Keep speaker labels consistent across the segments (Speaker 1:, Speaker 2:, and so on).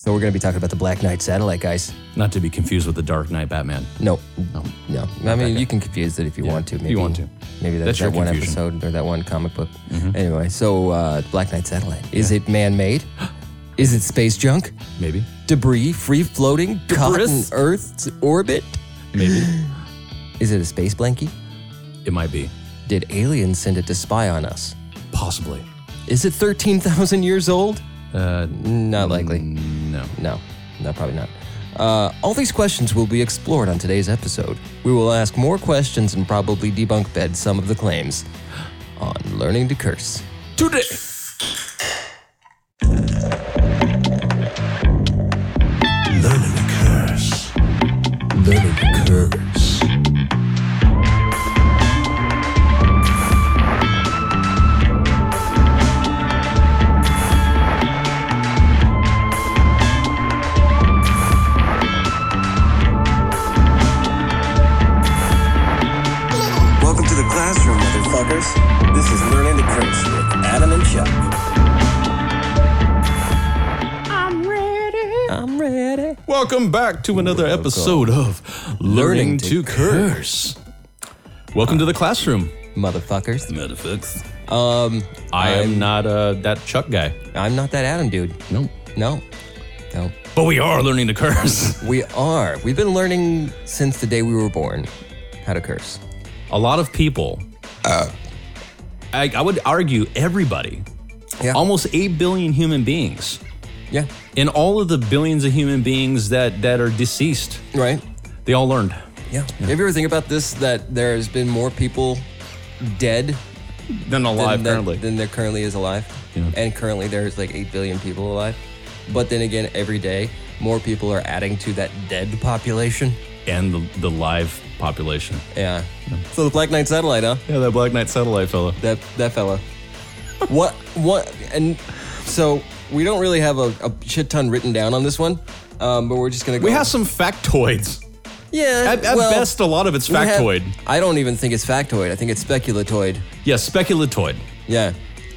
Speaker 1: So we're going to be talking about the Black Knight satellite guys.
Speaker 2: Not to be confused with the Dark Knight Batman.
Speaker 1: No, no, no. I mean, you can confuse it if you want to. Maybe,
Speaker 2: want to.
Speaker 1: Maybe that,
Speaker 2: That's your
Speaker 1: that one
Speaker 2: confusion.
Speaker 1: episode or that one comic book. Anyway, so uh, Black Knight satellite. Is it man-made? Is it space junk?
Speaker 2: Maybe.
Speaker 1: Debris, free floating, caught in
Speaker 2: Debris?
Speaker 1: Earth's orbit?
Speaker 2: Maybe.
Speaker 1: Is it a space blankie?
Speaker 2: it might be.
Speaker 1: Did aliens send it to spy on us?
Speaker 2: Possibly.
Speaker 1: Is it 13,000 years old?
Speaker 2: Uh,
Speaker 1: Not likely.
Speaker 2: no.
Speaker 1: No, no, probably not. Uh, all these questions will be explored on today's episode. We will ask more questions and probably debunk bed some of the claims on learning to curse.
Speaker 2: Today.
Speaker 3: Learning to curse. Learning to curse.
Speaker 4: Welcome to the classroom, motherfuckers. This is Learning to Curse with Adam and Chuck.
Speaker 1: I'm ready.
Speaker 2: Welcome back to another episode of Learning,
Speaker 1: to
Speaker 2: to Curse. Welcome to the classroom.
Speaker 1: Motherfuckers.
Speaker 2: Metafix. Um, I am not uh, that Chuck guy.
Speaker 1: I'm not that Adam dude.
Speaker 2: Nope.
Speaker 1: No. No.
Speaker 2: But we are learning to curse.
Speaker 1: We are. We've been learning since the day we were born how to curse.
Speaker 2: A lot of people, Uh. I, I would argue everybody,
Speaker 1: Yeah.
Speaker 2: almost 8 billion human beings,
Speaker 1: Yeah.
Speaker 2: and all of the billions of human beings that, that are deceased,
Speaker 1: Right?
Speaker 2: they all learned.
Speaker 1: Yeah. Have you ever think about this that there has been more people dead
Speaker 2: Then alive,
Speaker 1: than, than-
Speaker 2: apparently.
Speaker 1: than there currently is alive.
Speaker 2: Yeah.
Speaker 1: And currently there's like 8 billion people alive. But then again, every day, more people are adding to that dead population.
Speaker 2: and the, the live population.
Speaker 1: Yeah. So the Black Knight satellite, huh?
Speaker 2: Yeah, that Black Knight satellite fella.
Speaker 1: That that fella. what what and so we don't really have a, a shit ton written down on this one. Um, but we're just gonna go
Speaker 2: We have some factoids.
Speaker 1: Yeah.
Speaker 2: At, at
Speaker 1: well,
Speaker 2: best, a lot of it's
Speaker 1: we have-
Speaker 2: factoid.
Speaker 1: I don't even think it's factoid. I think it's speculatoid.
Speaker 2: yeah, speculatoid.
Speaker 1: Yeah.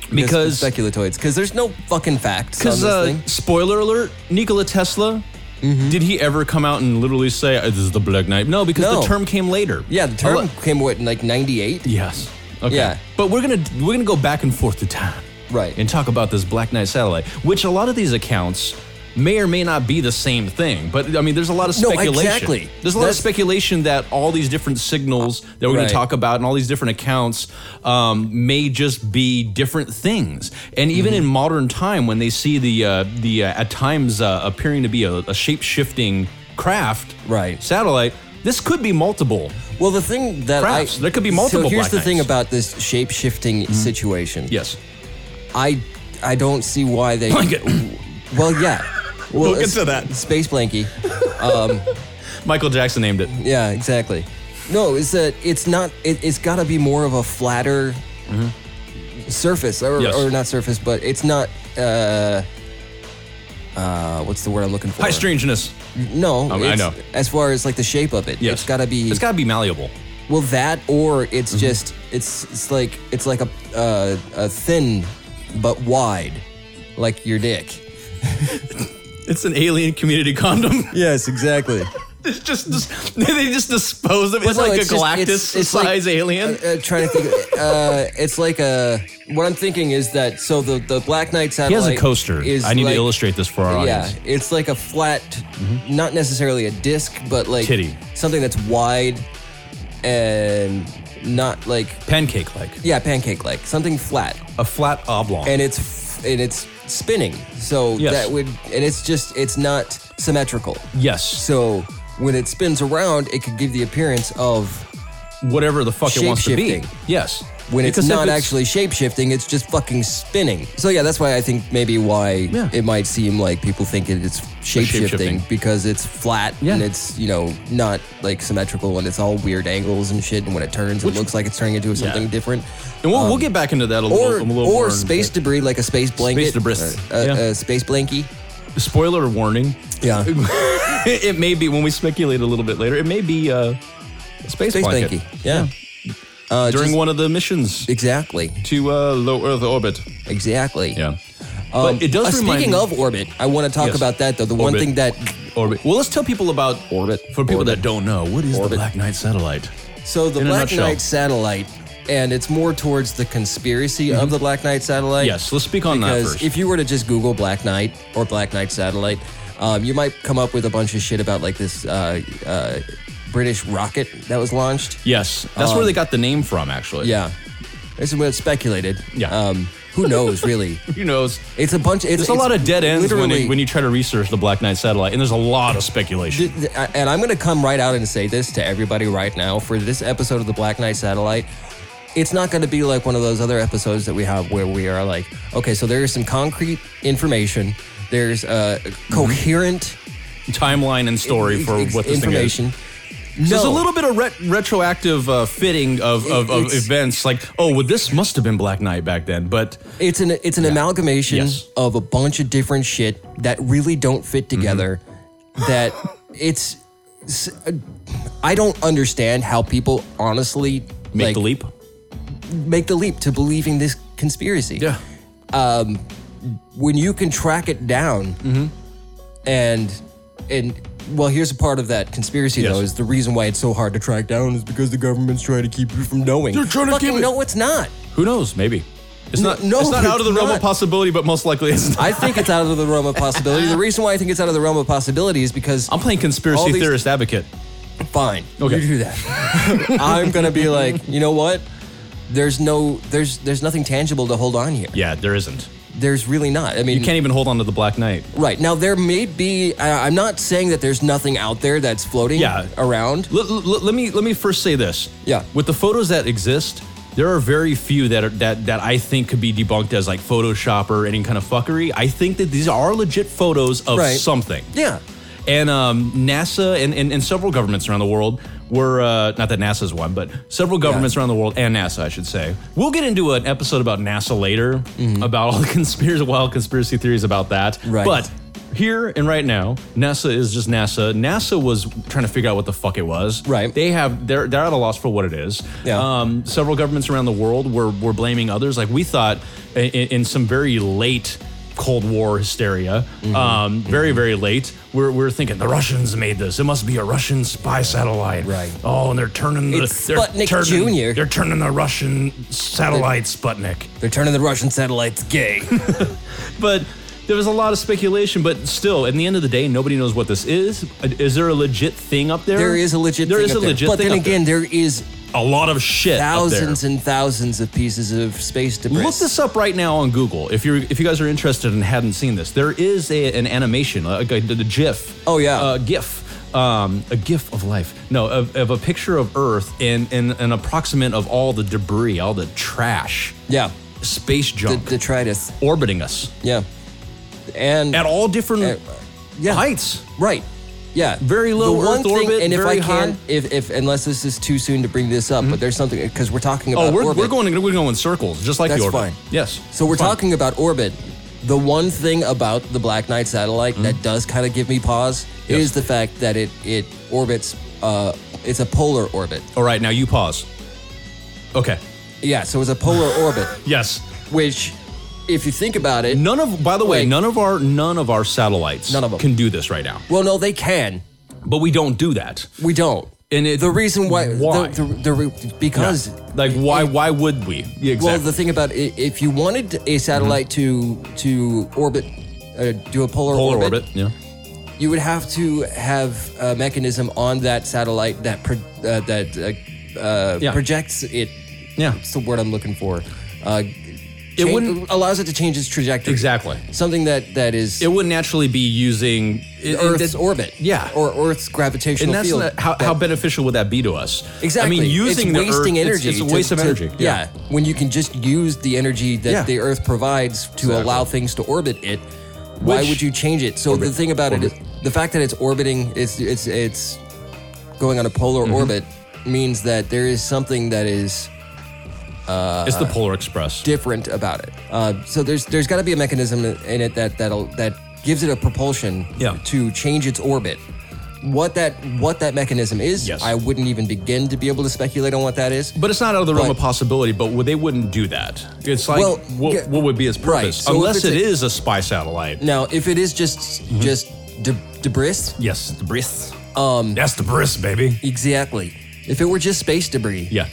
Speaker 2: Because-
Speaker 1: Just speculatoids, because there's no fucking facts on
Speaker 2: Because
Speaker 1: this
Speaker 2: uh,
Speaker 1: thing. Mm-hmm.
Speaker 2: spoiler alert, Nikola Tesla. Did he ever come out and literally say "Oh, this is the Black Knight"? No, because
Speaker 1: No.
Speaker 2: the term came later.
Speaker 1: Yeah, the
Speaker 2: A
Speaker 1: term
Speaker 2: lo-
Speaker 1: came what in like '98.
Speaker 2: yes. Okay.
Speaker 1: Yeah.
Speaker 2: But we're gonna we're gonna go back and forth to time.
Speaker 1: Right.
Speaker 2: And talk about this Black Knight satellite, which a lot of these accounts may or may not be the same thing. But I mean, there's a lot of
Speaker 1: No,
Speaker 2: speculation.
Speaker 1: exactly.
Speaker 2: There's a lot
Speaker 1: That's-
Speaker 2: of speculation that all these different signals that we're going
Speaker 1: Right.
Speaker 2: to talk about and all these different accounts um, may just be different things. And even
Speaker 1: Mm-hmm.
Speaker 2: in modern time, when they see the uh, the uh, at times uh, appearing to be a, a shape shifting craft,
Speaker 1: Right.
Speaker 2: satellite. This could be multiple.
Speaker 1: Well, the thing that
Speaker 2: Crafts.
Speaker 1: I
Speaker 2: There could be
Speaker 1: So
Speaker 2: multiple
Speaker 1: here's
Speaker 2: Black Mm-hmm.
Speaker 1: the thing
Speaker 2: Knights.
Speaker 1: about this shape shifting situation.
Speaker 2: Yes.
Speaker 1: I I don't see why they.
Speaker 2: Blanket.
Speaker 1: Well, yeah. Well,
Speaker 2: We'll get
Speaker 1: it's-
Speaker 2: to that.
Speaker 1: Space blankie.
Speaker 2: Michael Jackson named it.
Speaker 1: Yeah, exactly. No, it's that it's not. It, it's got to be more of a flatter surface, or,
Speaker 2: Mm-hmm. Yes.
Speaker 1: or not surface, but it's not. Uh, uh, what's the word I'm looking for?
Speaker 2: High strangeness.
Speaker 1: No,
Speaker 2: Um, I
Speaker 1: it's-
Speaker 2: know.
Speaker 1: As far as like the shape of it,
Speaker 2: Yes.
Speaker 1: it's got to be.
Speaker 2: It's got to be malleable.
Speaker 1: Well, that or
Speaker 2: Mm-hmm.
Speaker 1: it's just it's it's like it's like a uh, a thin but wide, like your dick.
Speaker 2: It's an alien community condom.
Speaker 1: Yes, exactly.
Speaker 2: It's just, just they just dispose of it. It's like a Galactus size alien.
Speaker 1: Uh, uh, trying to think, uh, it's like a. What I'm thinking is that so the the Black Knight
Speaker 2: he
Speaker 1: satellite
Speaker 2: has a coaster.
Speaker 1: Is
Speaker 2: I need
Speaker 1: like-
Speaker 2: to illustrate this for our
Speaker 1: Yeah,
Speaker 2: audience. Mm-hmm.
Speaker 1: it's like a flat, not necessarily a disc, but like
Speaker 2: Titty.
Speaker 1: something that's wide and not like
Speaker 2: Pancake like.
Speaker 1: yeah, pancake like something flat.
Speaker 2: A flat oblong.
Speaker 1: and it's f- and it's spinning. So
Speaker 2: Yes.
Speaker 1: that would and it's just it's not symmetrical.
Speaker 2: yes.
Speaker 1: So when it spins around, it could give the appearance of
Speaker 2: whatever the fuck it wants to be.
Speaker 1: Shape-shifting.
Speaker 2: Yes.
Speaker 1: when it's
Speaker 2: Because if
Speaker 1: not actually shape shifting, it's just fucking spinning. So yeah, that's why I think maybe why
Speaker 2: Yeah.
Speaker 1: it might seem like people think it- it's shape shifting
Speaker 2: shape-shifting.
Speaker 1: because it's flat
Speaker 2: Yeah.
Speaker 1: and it's you know not like symmetrical and it's all weird angles and shit. And when it turns, it looks like it's turning into something different.
Speaker 2: And we'll, we'll get back into that a little,
Speaker 1: um, Or,
Speaker 2: a little more.
Speaker 1: or
Speaker 2: in-
Speaker 1: space debris like a space blanket,
Speaker 2: debris.
Speaker 1: uh, uh,
Speaker 2: Yeah.
Speaker 1: uh, space blankie.
Speaker 2: Spoiler warning.
Speaker 1: Yeah.
Speaker 2: it may be when we speculate a little bit later. It may be uh, a space,
Speaker 1: Space
Speaker 2: blanket
Speaker 1: blankie. Yeah. Uh,
Speaker 2: during
Speaker 1: just-
Speaker 2: one of the missions
Speaker 1: Exactly.
Speaker 2: to uh, low Earth orbit.
Speaker 1: Exactly.
Speaker 2: Yeah. But it does
Speaker 1: uh,
Speaker 2: remind
Speaker 1: speaking
Speaker 2: me-
Speaker 1: of orbit, I want to talk
Speaker 2: Yes.
Speaker 1: about that though. The one
Speaker 2: Orbit.
Speaker 1: thing that
Speaker 2: Orbit. Well, let's tell people about
Speaker 1: Orbit.
Speaker 2: For people
Speaker 1: Orbit.
Speaker 2: that don't know, what is the
Speaker 1: Orbit.
Speaker 2: Black Knight satellite?
Speaker 1: so the
Speaker 2: In a
Speaker 1: Black
Speaker 2: nutshell.
Speaker 1: Knight satellite, and it's more towards the conspiracy of the Black Knight satellite.
Speaker 2: Yes, let's speak on that
Speaker 1: because
Speaker 2: first.
Speaker 1: if you were Mm-hmm. to just Google Black Knight or Black Knight satellite, um, you might come up with a bunch of shit about like this uh, uh, British rocket that was launched.
Speaker 2: yes, that's where they got the name from, actually.
Speaker 1: Um, Yeah, it's it's speculated.
Speaker 2: Yeah.
Speaker 1: um, who knows really?
Speaker 2: Who knows?
Speaker 1: It's a bunch. It's,
Speaker 2: There's a lot of dead ends when,
Speaker 1: literally-
Speaker 2: it, when you try to research the Black Knight satellite, and there's a lot of speculation.
Speaker 1: Th- th- and I'm going to come right out and say this to everybody right now for this episode of the Black Knight Satellite. It's not going to be like one of those other episodes that we have where we are like, okay, so there is some concrete information, there's a coherent
Speaker 2: Timeline and Mm-hmm. story for
Speaker 1: ex-
Speaker 2: what this thing is.
Speaker 1: information. No,
Speaker 2: There's a little bit of ret- retroactive uh, fitting of, of, of
Speaker 1: It's-
Speaker 2: events, like oh, well, this must have been Black Knight back then, but
Speaker 1: It's an it's an amalgamation
Speaker 2: Yes. Mm-hmm.
Speaker 1: of a bunch of different shit that really don't fit together. That it's, s- uh, I don't understand how people honestly
Speaker 2: make
Speaker 1: like,
Speaker 2: the leap.
Speaker 1: make the leap to believing this conspiracy.
Speaker 2: Yeah,
Speaker 1: When you can track it down
Speaker 2: Mm-hmm.
Speaker 1: and and well here's a part of that conspiracy
Speaker 2: Yes.
Speaker 1: though is the reason why it's so hard to track down is because the government's trying to keep you from knowing.
Speaker 2: They're trying to
Speaker 1: Fucking
Speaker 2: keep it-
Speaker 1: no it's not.
Speaker 2: who knows? Maybe it's not.
Speaker 1: no,
Speaker 2: it's not out of the
Speaker 1: it's
Speaker 2: realm of
Speaker 1: not.
Speaker 2: possibility, but most likely it's not.
Speaker 1: I think it's out of the realm of possibility. The reason why I think it's out of the realm of possibility is because
Speaker 2: I'm playing
Speaker 1: All
Speaker 2: conspiracy
Speaker 1: these-
Speaker 2: theorist advocate.
Speaker 1: fine.
Speaker 2: Okay.
Speaker 1: You do that. I'm gonna be like, you know what? There's no there's there's nothing tangible to hold on here.
Speaker 2: Yeah, there isn't.
Speaker 1: There's really not. I mean
Speaker 2: You can't even hold on to the Black Knight.
Speaker 1: Right. Now, there may be, I I'm not saying that there's nothing out there that's floating
Speaker 2: Yeah.
Speaker 1: around.
Speaker 2: Let, let, let me let me first say this.
Speaker 1: Yeah.
Speaker 2: With the photos that exist, there are very few that are, that that I think could be debunked as like Photoshop or any kind of fuckery. I think that these are legit photos of
Speaker 1: Right.
Speaker 2: something.
Speaker 1: Yeah.
Speaker 2: And um, NASA and, and, and several governments around the world were uh, not that NASA's one, but several governments around the world and NASA, I should say. We'll get into an episode about NASA later, about all the conspiracy, wild conspiracy theories about that.
Speaker 1: Mm-hmm. Right.
Speaker 2: But here and right now, NASA is just NASA. NASA was trying to figure out what the fuck it was.
Speaker 1: Right.
Speaker 2: They have they're they're at a loss for what it is.
Speaker 1: Yeah.
Speaker 2: Um, several governments around the world were were blaming others. Like we thought in, in some very late Cold War hysteria,
Speaker 1: Mm-hmm.
Speaker 2: um, very very late. We're, we're thinking the Russians made this. It must be a Russian spy satellite.
Speaker 1: Right.
Speaker 2: Oh, and they're turning the
Speaker 1: It's
Speaker 2: they're
Speaker 1: Sputnik
Speaker 2: turning,
Speaker 1: Jr..
Speaker 2: They're turning the Russian satellite Sputnik
Speaker 1: They're turning the Russian satellites gay.
Speaker 2: but there was a lot of speculation. But still, at the end of the day, nobody knows what this is. Is there a legit thing up there?
Speaker 1: there is a legit
Speaker 2: There
Speaker 1: thing
Speaker 2: is
Speaker 1: up
Speaker 2: a legit
Speaker 1: But
Speaker 2: thing.
Speaker 1: then
Speaker 2: up there.
Speaker 1: again, there is
Speaker 2: a lot of shit. up
Speaker 1: thousands
Speaker 2: there.
Speaker 1: and thousands of pieces of space debris.
Speaker 2: Look this up right now on Google if you are if you guys are interested and hadn't seen this. There is a, an animation, like a, the GIF.
Speaker 1: Oh, yeah.
Speaker 2: uh, GIF. Um, a GIF of life. No, of, of a picture of Earth and, and an approximate of all the debris, all the trash,
Speaker 1: Yeah.
Speaker 2: space
Speaker 1: The
Speaker 2: junk
Speaker 1: detritus.
Speaker 2: orbiting us
Speaker 1: Yeah. And,
Speaker 2: at all different
Speaker 1: Eh, yeah. Uh,
Speaker 2: heights.
Speaker 1: Right. Yeah.
Speaker 2: Very low
Speaker 1: the one
Speaker 2: Earth
Speaker 1: thing,
Speaker 2: orbit,
Speaker 1: And if I
Speaker 2: very
Speaker 1: can,
Speaker 2: high. Mm-hmm.
Speaker 1: if, if, unless this is too soon to bring this up, but there's something, because we're talking about
Speaker 2: Oh, we're,
Speaker 1: orbit.
Speaker 2: we're going we're going in circles, just like
Speaker 1: That's
Speaker 2: the
Speaker 1: fine.
Speaker 2: orbit. Yes.
Speaker 1: So we're
Speaker 2: Fine.
Speaker 1: talking about orbit. The one thing about the Black Knight satellite that does kind of give me pause
Speaker 2: Hmm. Yes.
Speaker 1: is the fact that it it orbits. Uh, it's a polar orbit.
Speaker 2: All right, now you pause. Okay.
Speaker 1: Yeah, so it's a polar orbit,
Speaker 2: Yes.
Speaker 1: which, if you think about it,
Speaker 2: None of by the way,
Speaker 1: Wait.
Speaker 2: none of our none of our satellites
Speaker 1: None of 'em.
Speaker 2: can do this right now.
Speaker 1: well, no, they can.
Speaker 2: But we don't do that.
Speaker 1: We don't.
Speaker 2: And it,
Speaker 1: the reason why, the-
Speaker 2: why?
Speaker 1: The, the re- because
Speaker 2: like why why would we? Yeah, exactly. Mm-hmm.
Speaker 1: well, the thing about i if you wanted a satellite to to orbit, uh, do a polar,
Speaker 2: polar orbit. yeah.
Speaker 1: you would have to have a mechanism on that satellite that pro- uh, that uh, uh,
Speaker 2: Yeah.
Speaker 1: projects it.
Speaker 2: Yeah.
Speaker 1: It's the word I'm looking for. Uh,
Speaker 2: It
Speaker 1: change-
Speaker 2: wouldn't-
Speaker 1: allows it to change its trajectory.
Speaker 2: Exactly.
Speaker 1: Something that that is
Speaker 2: It would naturally be using it-
Speaker 1: Earth's
Speaker 2: it-
Speaker 1: orbit.
Speaker 2: Yeah.
Speaker 1: Or Earth's gravitational
Speaker 2: and that's
Speaker 1: field.
Speaker 2: not, how, how beneficial would that be to us?
Speaker 1: Exactly.
Speaker 2: I mean, using
Speaker 1: it's
Speaker 2: the
Speaker 1: wasting
Speaker 2: Earth,
Speaker 1: energy.
Speaker 2: It's, it's
Speaker 1: to-
Speaker 2: a waste
Speaker 1: to-
Speaker 2: of energy.
Speaker 1: Yeah. When you can just use the energy that
Speaker 2: Yeah.
Speaker 1: the Earth provides to
Speaker 2: Exactly.
Speaker 1: allow things to orbit it, why
Speaker 2: Which-
Speaker 1: would you change it? So the thing about it
Speaker 2: Orbit.
Speaker 1: is the fact that it's orbiting, it's it's it's going on a polar
Speaker 2: Mm-hmm.
Speaker 1: orbit means that there is something that is
Speaker 2: it's
Speaker 1: Uh,
Speaker 2: the Polar Express.
Speaker 1: different about it. Uh, so there's there's got to be a mechanism in it that that'll that gives it a propulsion
Speaker 2: Yeah.
Speaker 1: to change its orbit. What that what that mechanism is,
Speaker 2: Yes.
Speaker 1: I wouldn't even begin to be able to speculate on what that is.
Speaker 2: But it's not out of the realm
Speaker 1: But-
Speaker 2: of possibility. But w- they wouldn't do that. It's like
Speaker 1: Well,
Speaker 2: what,
Speaker 1: yeah,
Speaker 2: what would be its
Speaker 1: right,
Speaker 2: purpose?
Speaker 1: so if
Speaker 2: Unless
Speaker 1: it's
Speaker 2: it
Speaker 1: a-
Speaker 2: is a spy satellite.
Speaker 1: Now, if it is just
Speaker 2: Mm-hmm.
Speaker 1: just de- debris,
Speaker 2: Yes, the bris. Um, that's the bris, baby.
Speaker 1: exactly. If it were just space debris,
Speaker 2: Yeah,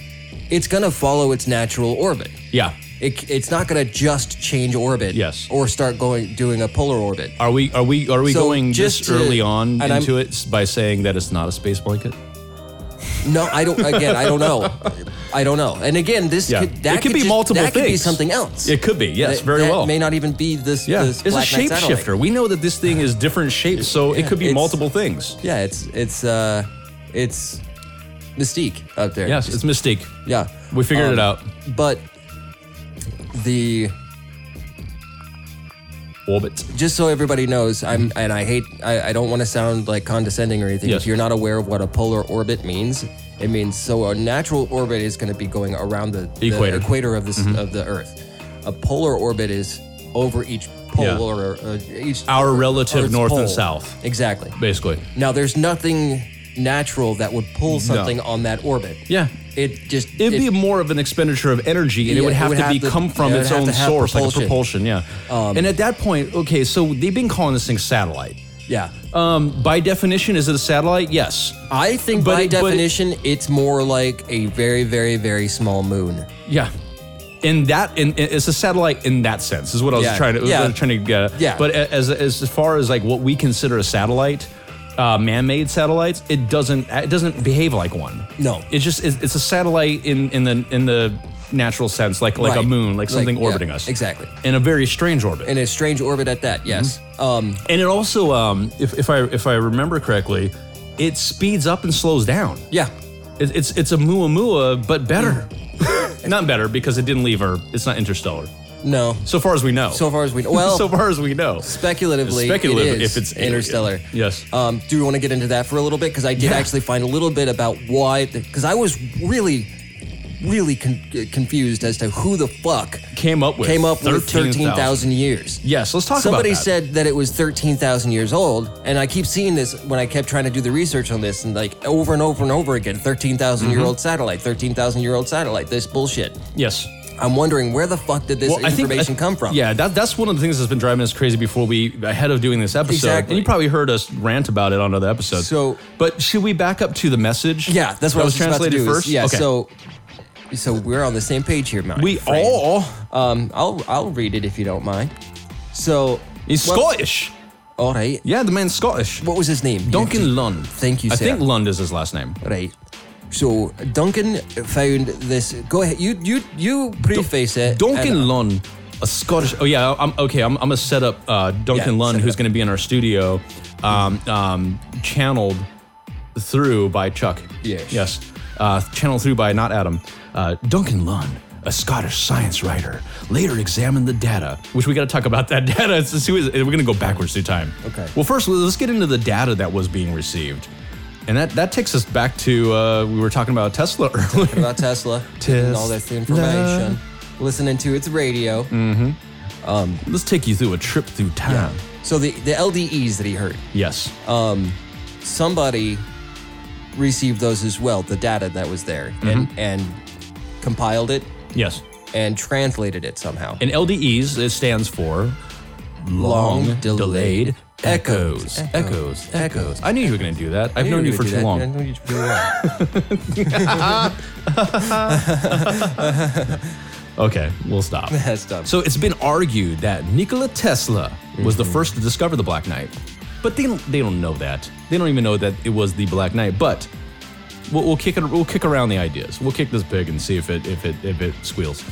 Speaker 1: it's gonna follow its natural orbit.
Speaker 2: yeah.
Speaker 1: It, it's not gonna just change orbit,
Speaker 2: Yes.
Speaker 1: or start going doing a polar orbit.
Speaker 2: Are we are we are we
Speaker 1: So
Speaker 2: going
Speaker 1: just
Speaker 2: just
Speaker 1: to-
Speaker 2: early on
Speaker 1: and I'm-
Speaker 2: into it s- by saying that it's not a space blanket?
Speaker 1: No, I don't. Again, I don't know. I don't know. And again, this
Speaker 2: Yeah.
Speaker 1: could, that
Speaker 2: It could be
Speaker 1: just-
Speaker 2: multiple
Speaker 1: That could be
Speaker 2: things.
Speaker 1: something else.
Speaker 2: It could be, yes,
Speaker 1: That-
Speaker 2: very
Speaker 1: that
Speaker 2: well.
Speaker 1: May not even be this.
Speaker 2: Yeah,
Speaker 1: this
Speaker 2: it's a
Speaker 1: Black Knight satellite.
Speaker 2: shapeshifter. We know that this thing is different shapes, so it
Speaker 1: Yeah,
Speaker 2: could be
Speaker 1: it's-
Speaker 2: multiple things.
Speaker 1: Yeah, it's it's uh, it's mystique up there.
Speaker 2: Yes, it's Mystique.
Speaker 1: Yeah,
Speaker 2: We figured
Speaker 1: Um,
Speaker 2: it out.
Speaker 1: But the
Speaker 2: Orbit.
Speaker 1: just so everybody knows, I'm and I hate I, I don't want to sound like condescending or anything.
Speaker 2: Mm-hmm. Yes.
Speaker 1: If you're not aware of what a polar orbit means, it means so a natural orbit is going to be going around the, the
Speaker 2: Equator. Mm-hmm.
Speaker 1: equator of this of the Earth. A polar orbit is over each pole
Speaker 2: Yeah.
Speaker 1: or uh, each
Speaker 2: Our relative
Speaker 1: Earth's
Speaker 2: north and
Speaker 1: pole.
Speaker 2: south.
Speaker 1: Exactly.
Speaker 2: Basically.
Speaker 1: Now there's nothing natural that would pull something on that orbit.
Speaker 2: Yeah.
Speaker 1: It just
Speaker 2: It'd
Speaker 1: it-
Speaker 2: be more of an expenditure of energy, and it
Speaker 1: Yeah,
Speaker 2: would
Speaker 1: it
Speaker 2: have
Speaker 1: would
Speaker 2: to
Speaker 1: have
Speaker 2: be
Speaker 1: to-
Speaker 2: come from
Speaker 1: yeah, it
Speaker 2: its
Speaker 1: would have
Speaker 2: own
Speaker 1: to have
Speaker 2: source, like a
Speaker 1: propulsion. Um,
Speaker 2: propulsion. Yeah. and at that point, okay, so they've been calling this thing satellite.
Speaker 1: yeah.
Speaker 2: Um, by definition, is it a satellite? Yes.
Speaker 1: I think
Speaker 2: But
Speaker 1: by
Speaker 2: it- but it-
Speaker 1: definition, it's more like a very, very, very small moon.
Speaker 2: Yeah. In that, in, in- it's a satellite in that sense is what I was
Speaker 1: Yeah.
Speaker 2: trying to
Speaker 1: Yeah.
Speaker 2: was trying to get. at.
Speaker 1: Yeah.
Speaker 2: But a- as as far as like what we consider a satellite, uh, man-made satellites, it doesn't it doesn't behave like one.
Speaker 1: No.
Speaker 2: It's just it's, it's a satellite in in the in the natural sense, like like
Speaker 1: Right.
Speaker 2: a moon, like something
Speaker 1: yeah,
Speaker 2: orbiting us.
Speaker 1: exactly.
Speaker 2: In a very strange orbit.
Speaker 1: in a strange orbit at that. Yes.
Speaker 2: Mm-hmm.
Speaker 1: Um,
Speaker 2: And it also, um, if, if I if I remember correctly, it speeds up and slows down.
Speaker 1: yeah.
Speaker 2: It, it's it's a Muamua, but better.
Speaker 1: Mm.
Speaker 2: not better because it didn't leave her. It's not interstellar.
Speaker 1: No.
Speaker 2: So far as we know.
Speaker 1: So far as we well,
Speaker 2: so far as we know.
Speaker 1: speculatively,
Speaker 2: Speculative
Speaker 1: it is
Speaker 2: if it's
Speaker 1: interstellar.
Speaker 2: Yes.
Speaker 1: Um, do we want to get into that for a little bit? Because I did
Speaker 2: Yeah.
Speaker 1: actually find a little bit about why, because I was really, really con- uh, confused as to who the fuck
Speaker 2: Came up with
Speaker 1: came up with
Speaker 2: 13,000.
Speaker 1: thirteen thousand years.
Speaker 2: Yes, let's talk
Speaker 1: Somebody
Speaker 2: about that.
Speaker 1: said that it was 13,000 years old, and I keep seeing this when I kept trying to do the research on this, and like over and over and over again 13,000 year old
Speaker 2: Mm-hmm.
Speaker 1: satellite, 13,000 year old satellite, this bullshit.
Speaker 2: Yes.
Speaker 1: I'm wondering where the fuck did this
Speaker 2: Well, I think- uh,
Speaker 1: information come from?
Speaker 2: Yeah, that, that's one of the things that's been driving us crazy before we ahead of doing this episode.
Speaker 1: Exactly.
Speaker 2: And you probably heard us rant about it on other episodes.
Speaker 1: So-
Speaker 2: but should we back up to the message?
Speaker 1: Yeah, that's what
Speaker 2: that
Speaker 1: I was, just about to
Speaker 2: translated
Speaker 1: do is-
Speaker 2: first.
Speaker 1: Yeah,
Speaker 2: okay.
Speaker 1: so so we're on the same page here, Mike.
Speaker 2: we all
Speaker 1: Um, I'll I'll read it if you don't mind. So
Speaker 2: He's
Speaker 1: what-
Speaker 2: Scottish.
Speaker 1: All right.
Speaker 2: Yeah, the man's Scottish.
Speaker 1: What was his name?
Speaker 2: Duncan Lund.
Speaker 1: Thank you,
Speaker 2: I
Speaker 1: sir.
Speaker 2: think Lund is his last name.
Speaker 1: Right. So Duncan found this. Go ahead. You you you preface it.
Speaker 2: Duncan
Speaker 1: and-
Speaker 2: Lund, a Scottish. Oh yeah, I'm okay. I'm, I'm gonna set up uh, Duncan
Speaker 1: Yeah,
Speaker 2: Lund,
Speaker 1: set it
Speaker 2: who's
Speaker 1: up.
Speaker 2: gonna be in our studio, um, um, channeled through by Chuck.
Speaker 1: Yes.
Speaker 2: Yes. Uh, channeled through by not Adam. Uh, Duncan Lund. A Scottish science writer later examined the data, which we got to talk about that data. It's, it's, we're going to go backwards through time.
Speaker 1: Okay.
Speaker 2: Well, first, let's get into the data that was being received, and that that takes us back to uh, we were talking about Tesla earlier.
Speaker 1: about Tesla and all this information. Listening to its radio.
Speaker 2: Mm. Let's take you through a trip through time.
Speaker 1: So the the LDEs that he heard,
Speaker 2: Yes.
Speaker 1: somebody received those as well. The data that was there
Speaker 2: Mm-hmm.
Speaker 1: and and compiled it
Speaker 2: yes.
Speaker 1: and translated it somehow.
Speaker 2: And LDEs it stands for long, delayed echoes. Echoes. Echoes. I knew you were going to do that. I've known you for too long.
Speaker 1: I know you for too long.
Speaker 2: Okay, we'll stop.
Speaker 1: That's dumb.
Speaker 2: So it's been argued that Nikola Tesla was
Speaker 1: Mm-hmm.
Speaker 2: the first to discover the Black Knight, but they don't, they don't know that. They don't even know that it was the Black Knight. But we'll, we'll kick it, we'll kick around the ideas. We'll kick this pig and see if it if it if it squeals.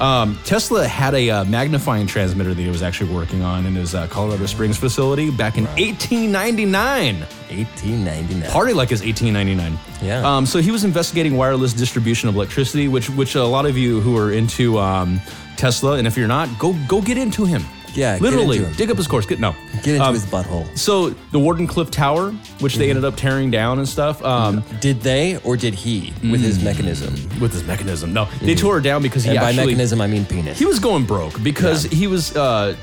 Speaker 2: Um, Tesla had a uh, magnifying transmitter that he was actually working on in his uh, Colorado Springs facility back in 1899.
Speaker 1: 1899.
Speaker 2: Party like is 1899.
Speaker 1: Yeah.
Speaker 2: Um, so he was investigating wireless distribution of electricity, which which a lot of you who are into um, Tesla, and if you're not, go go get into him.
Speaker 1: Yeah, get
Speaker 2: Literally,
Speaker 1: into him.
Speaker 2: dig up his course. Get no.
Speaker 1: Get into
Speaker 2: Um,
Speaker 1: his Mm-hmm. butthole.
Speaker 2: So the Wardenclyffe Tower, which they ended up tearing down and stuff, um,
Speaker 1: Did they or did he with
Speaker 2: Mm.
Speaker 1: his mechanism?
Speaker 2: with this mechanism. No, they tore it down because he
Speaker 1: Mm-hmm. And by
Speaker 2: actually
Speaker 1: mechanism, I mean penis.
Speaker 2: he was going broke because he was uh,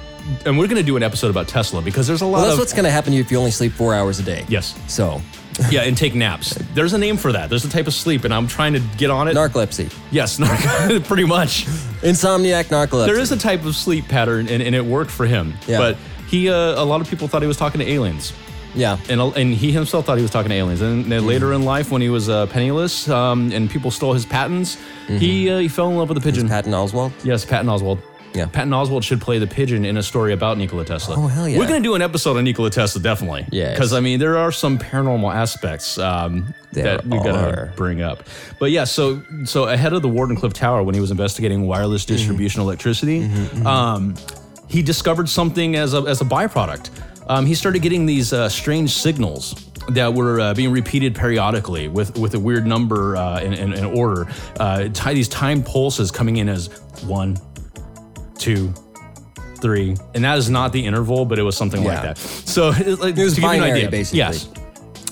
Speaker 2: and we're going to do an episode about Tesla because there's a lot
Speaker 1: Well, that's
Speaker 2: of
Speaker 1: what's going to happen to you if you only sleep four hours a day.
Speaker 2: Yes.
Speaker 1: So,
Speaker 2: yeah, and take naps. There's a name for that. There's a type of sleep, and I'm trying to get on it.
Speaker 1: narcolepsy,
Speaker 2: yes, narc- pretty much.
Speaker 1: insomniac, narcolepsy.
Speaker 2: There is a type of sleep pattern, and, and it worked for him.
Speaker 1: Yeah.
Speaker 2: But he, uh, a lot of people thought he was talking to aliens.
Speaker 1: yeah.
Speaker 2: And, uh, and he himself thought he was talking to aliens. And then
Speaker 1: Mm-hmm.
Speaker 2: later in life, when he was uh, penniless um, and people stole his patents,
Speaker 1: Mm-hmm.
Speaker 2: he uh, he fell in love with a pigeon.
Speaker 1: Patton Oswald.
Speaker 2: Yes, Patton Oswald.
Speaker 1: Yeah.
Speaker 2: Patton Oswald should play the pigeon in a story about Nikola Tesla.
Speaker 1: Oh, hell yeah.
Speaker 2: We're gonna do an episode on Nikola Tesla, definitely.
Speaker 1: Yes.
Speaker 2: Because I mean, there are some paranormal aspects um,
Speaker 1: There
Speaker 2: that we
Speaker 1: are.
Speaker 2: gotta bring up. But yeah, so so ahead of the Wardenclyffe Tower, when he was investigating wireless
Speaker 1: Mm-hmm.
Speaker 2: distribution electricity, Um, he discovered something as a as a byproduct. Um, he started getting these uh, strange signals that were uh, being repeated periodically with with a weird number uh, in, in, in order. Uh, ti- these time pulses coming in as one, two, three, and that is not the interval, but it was something like
Speaker 1: Yeah.
Speaker 2: that. So it, like,
Speaker 1: It was
Speaker 2: to give you an
Speaker 1: binary,
Speaker 2: idea,
Speaker 1: basically.
Speaker 2: Yes.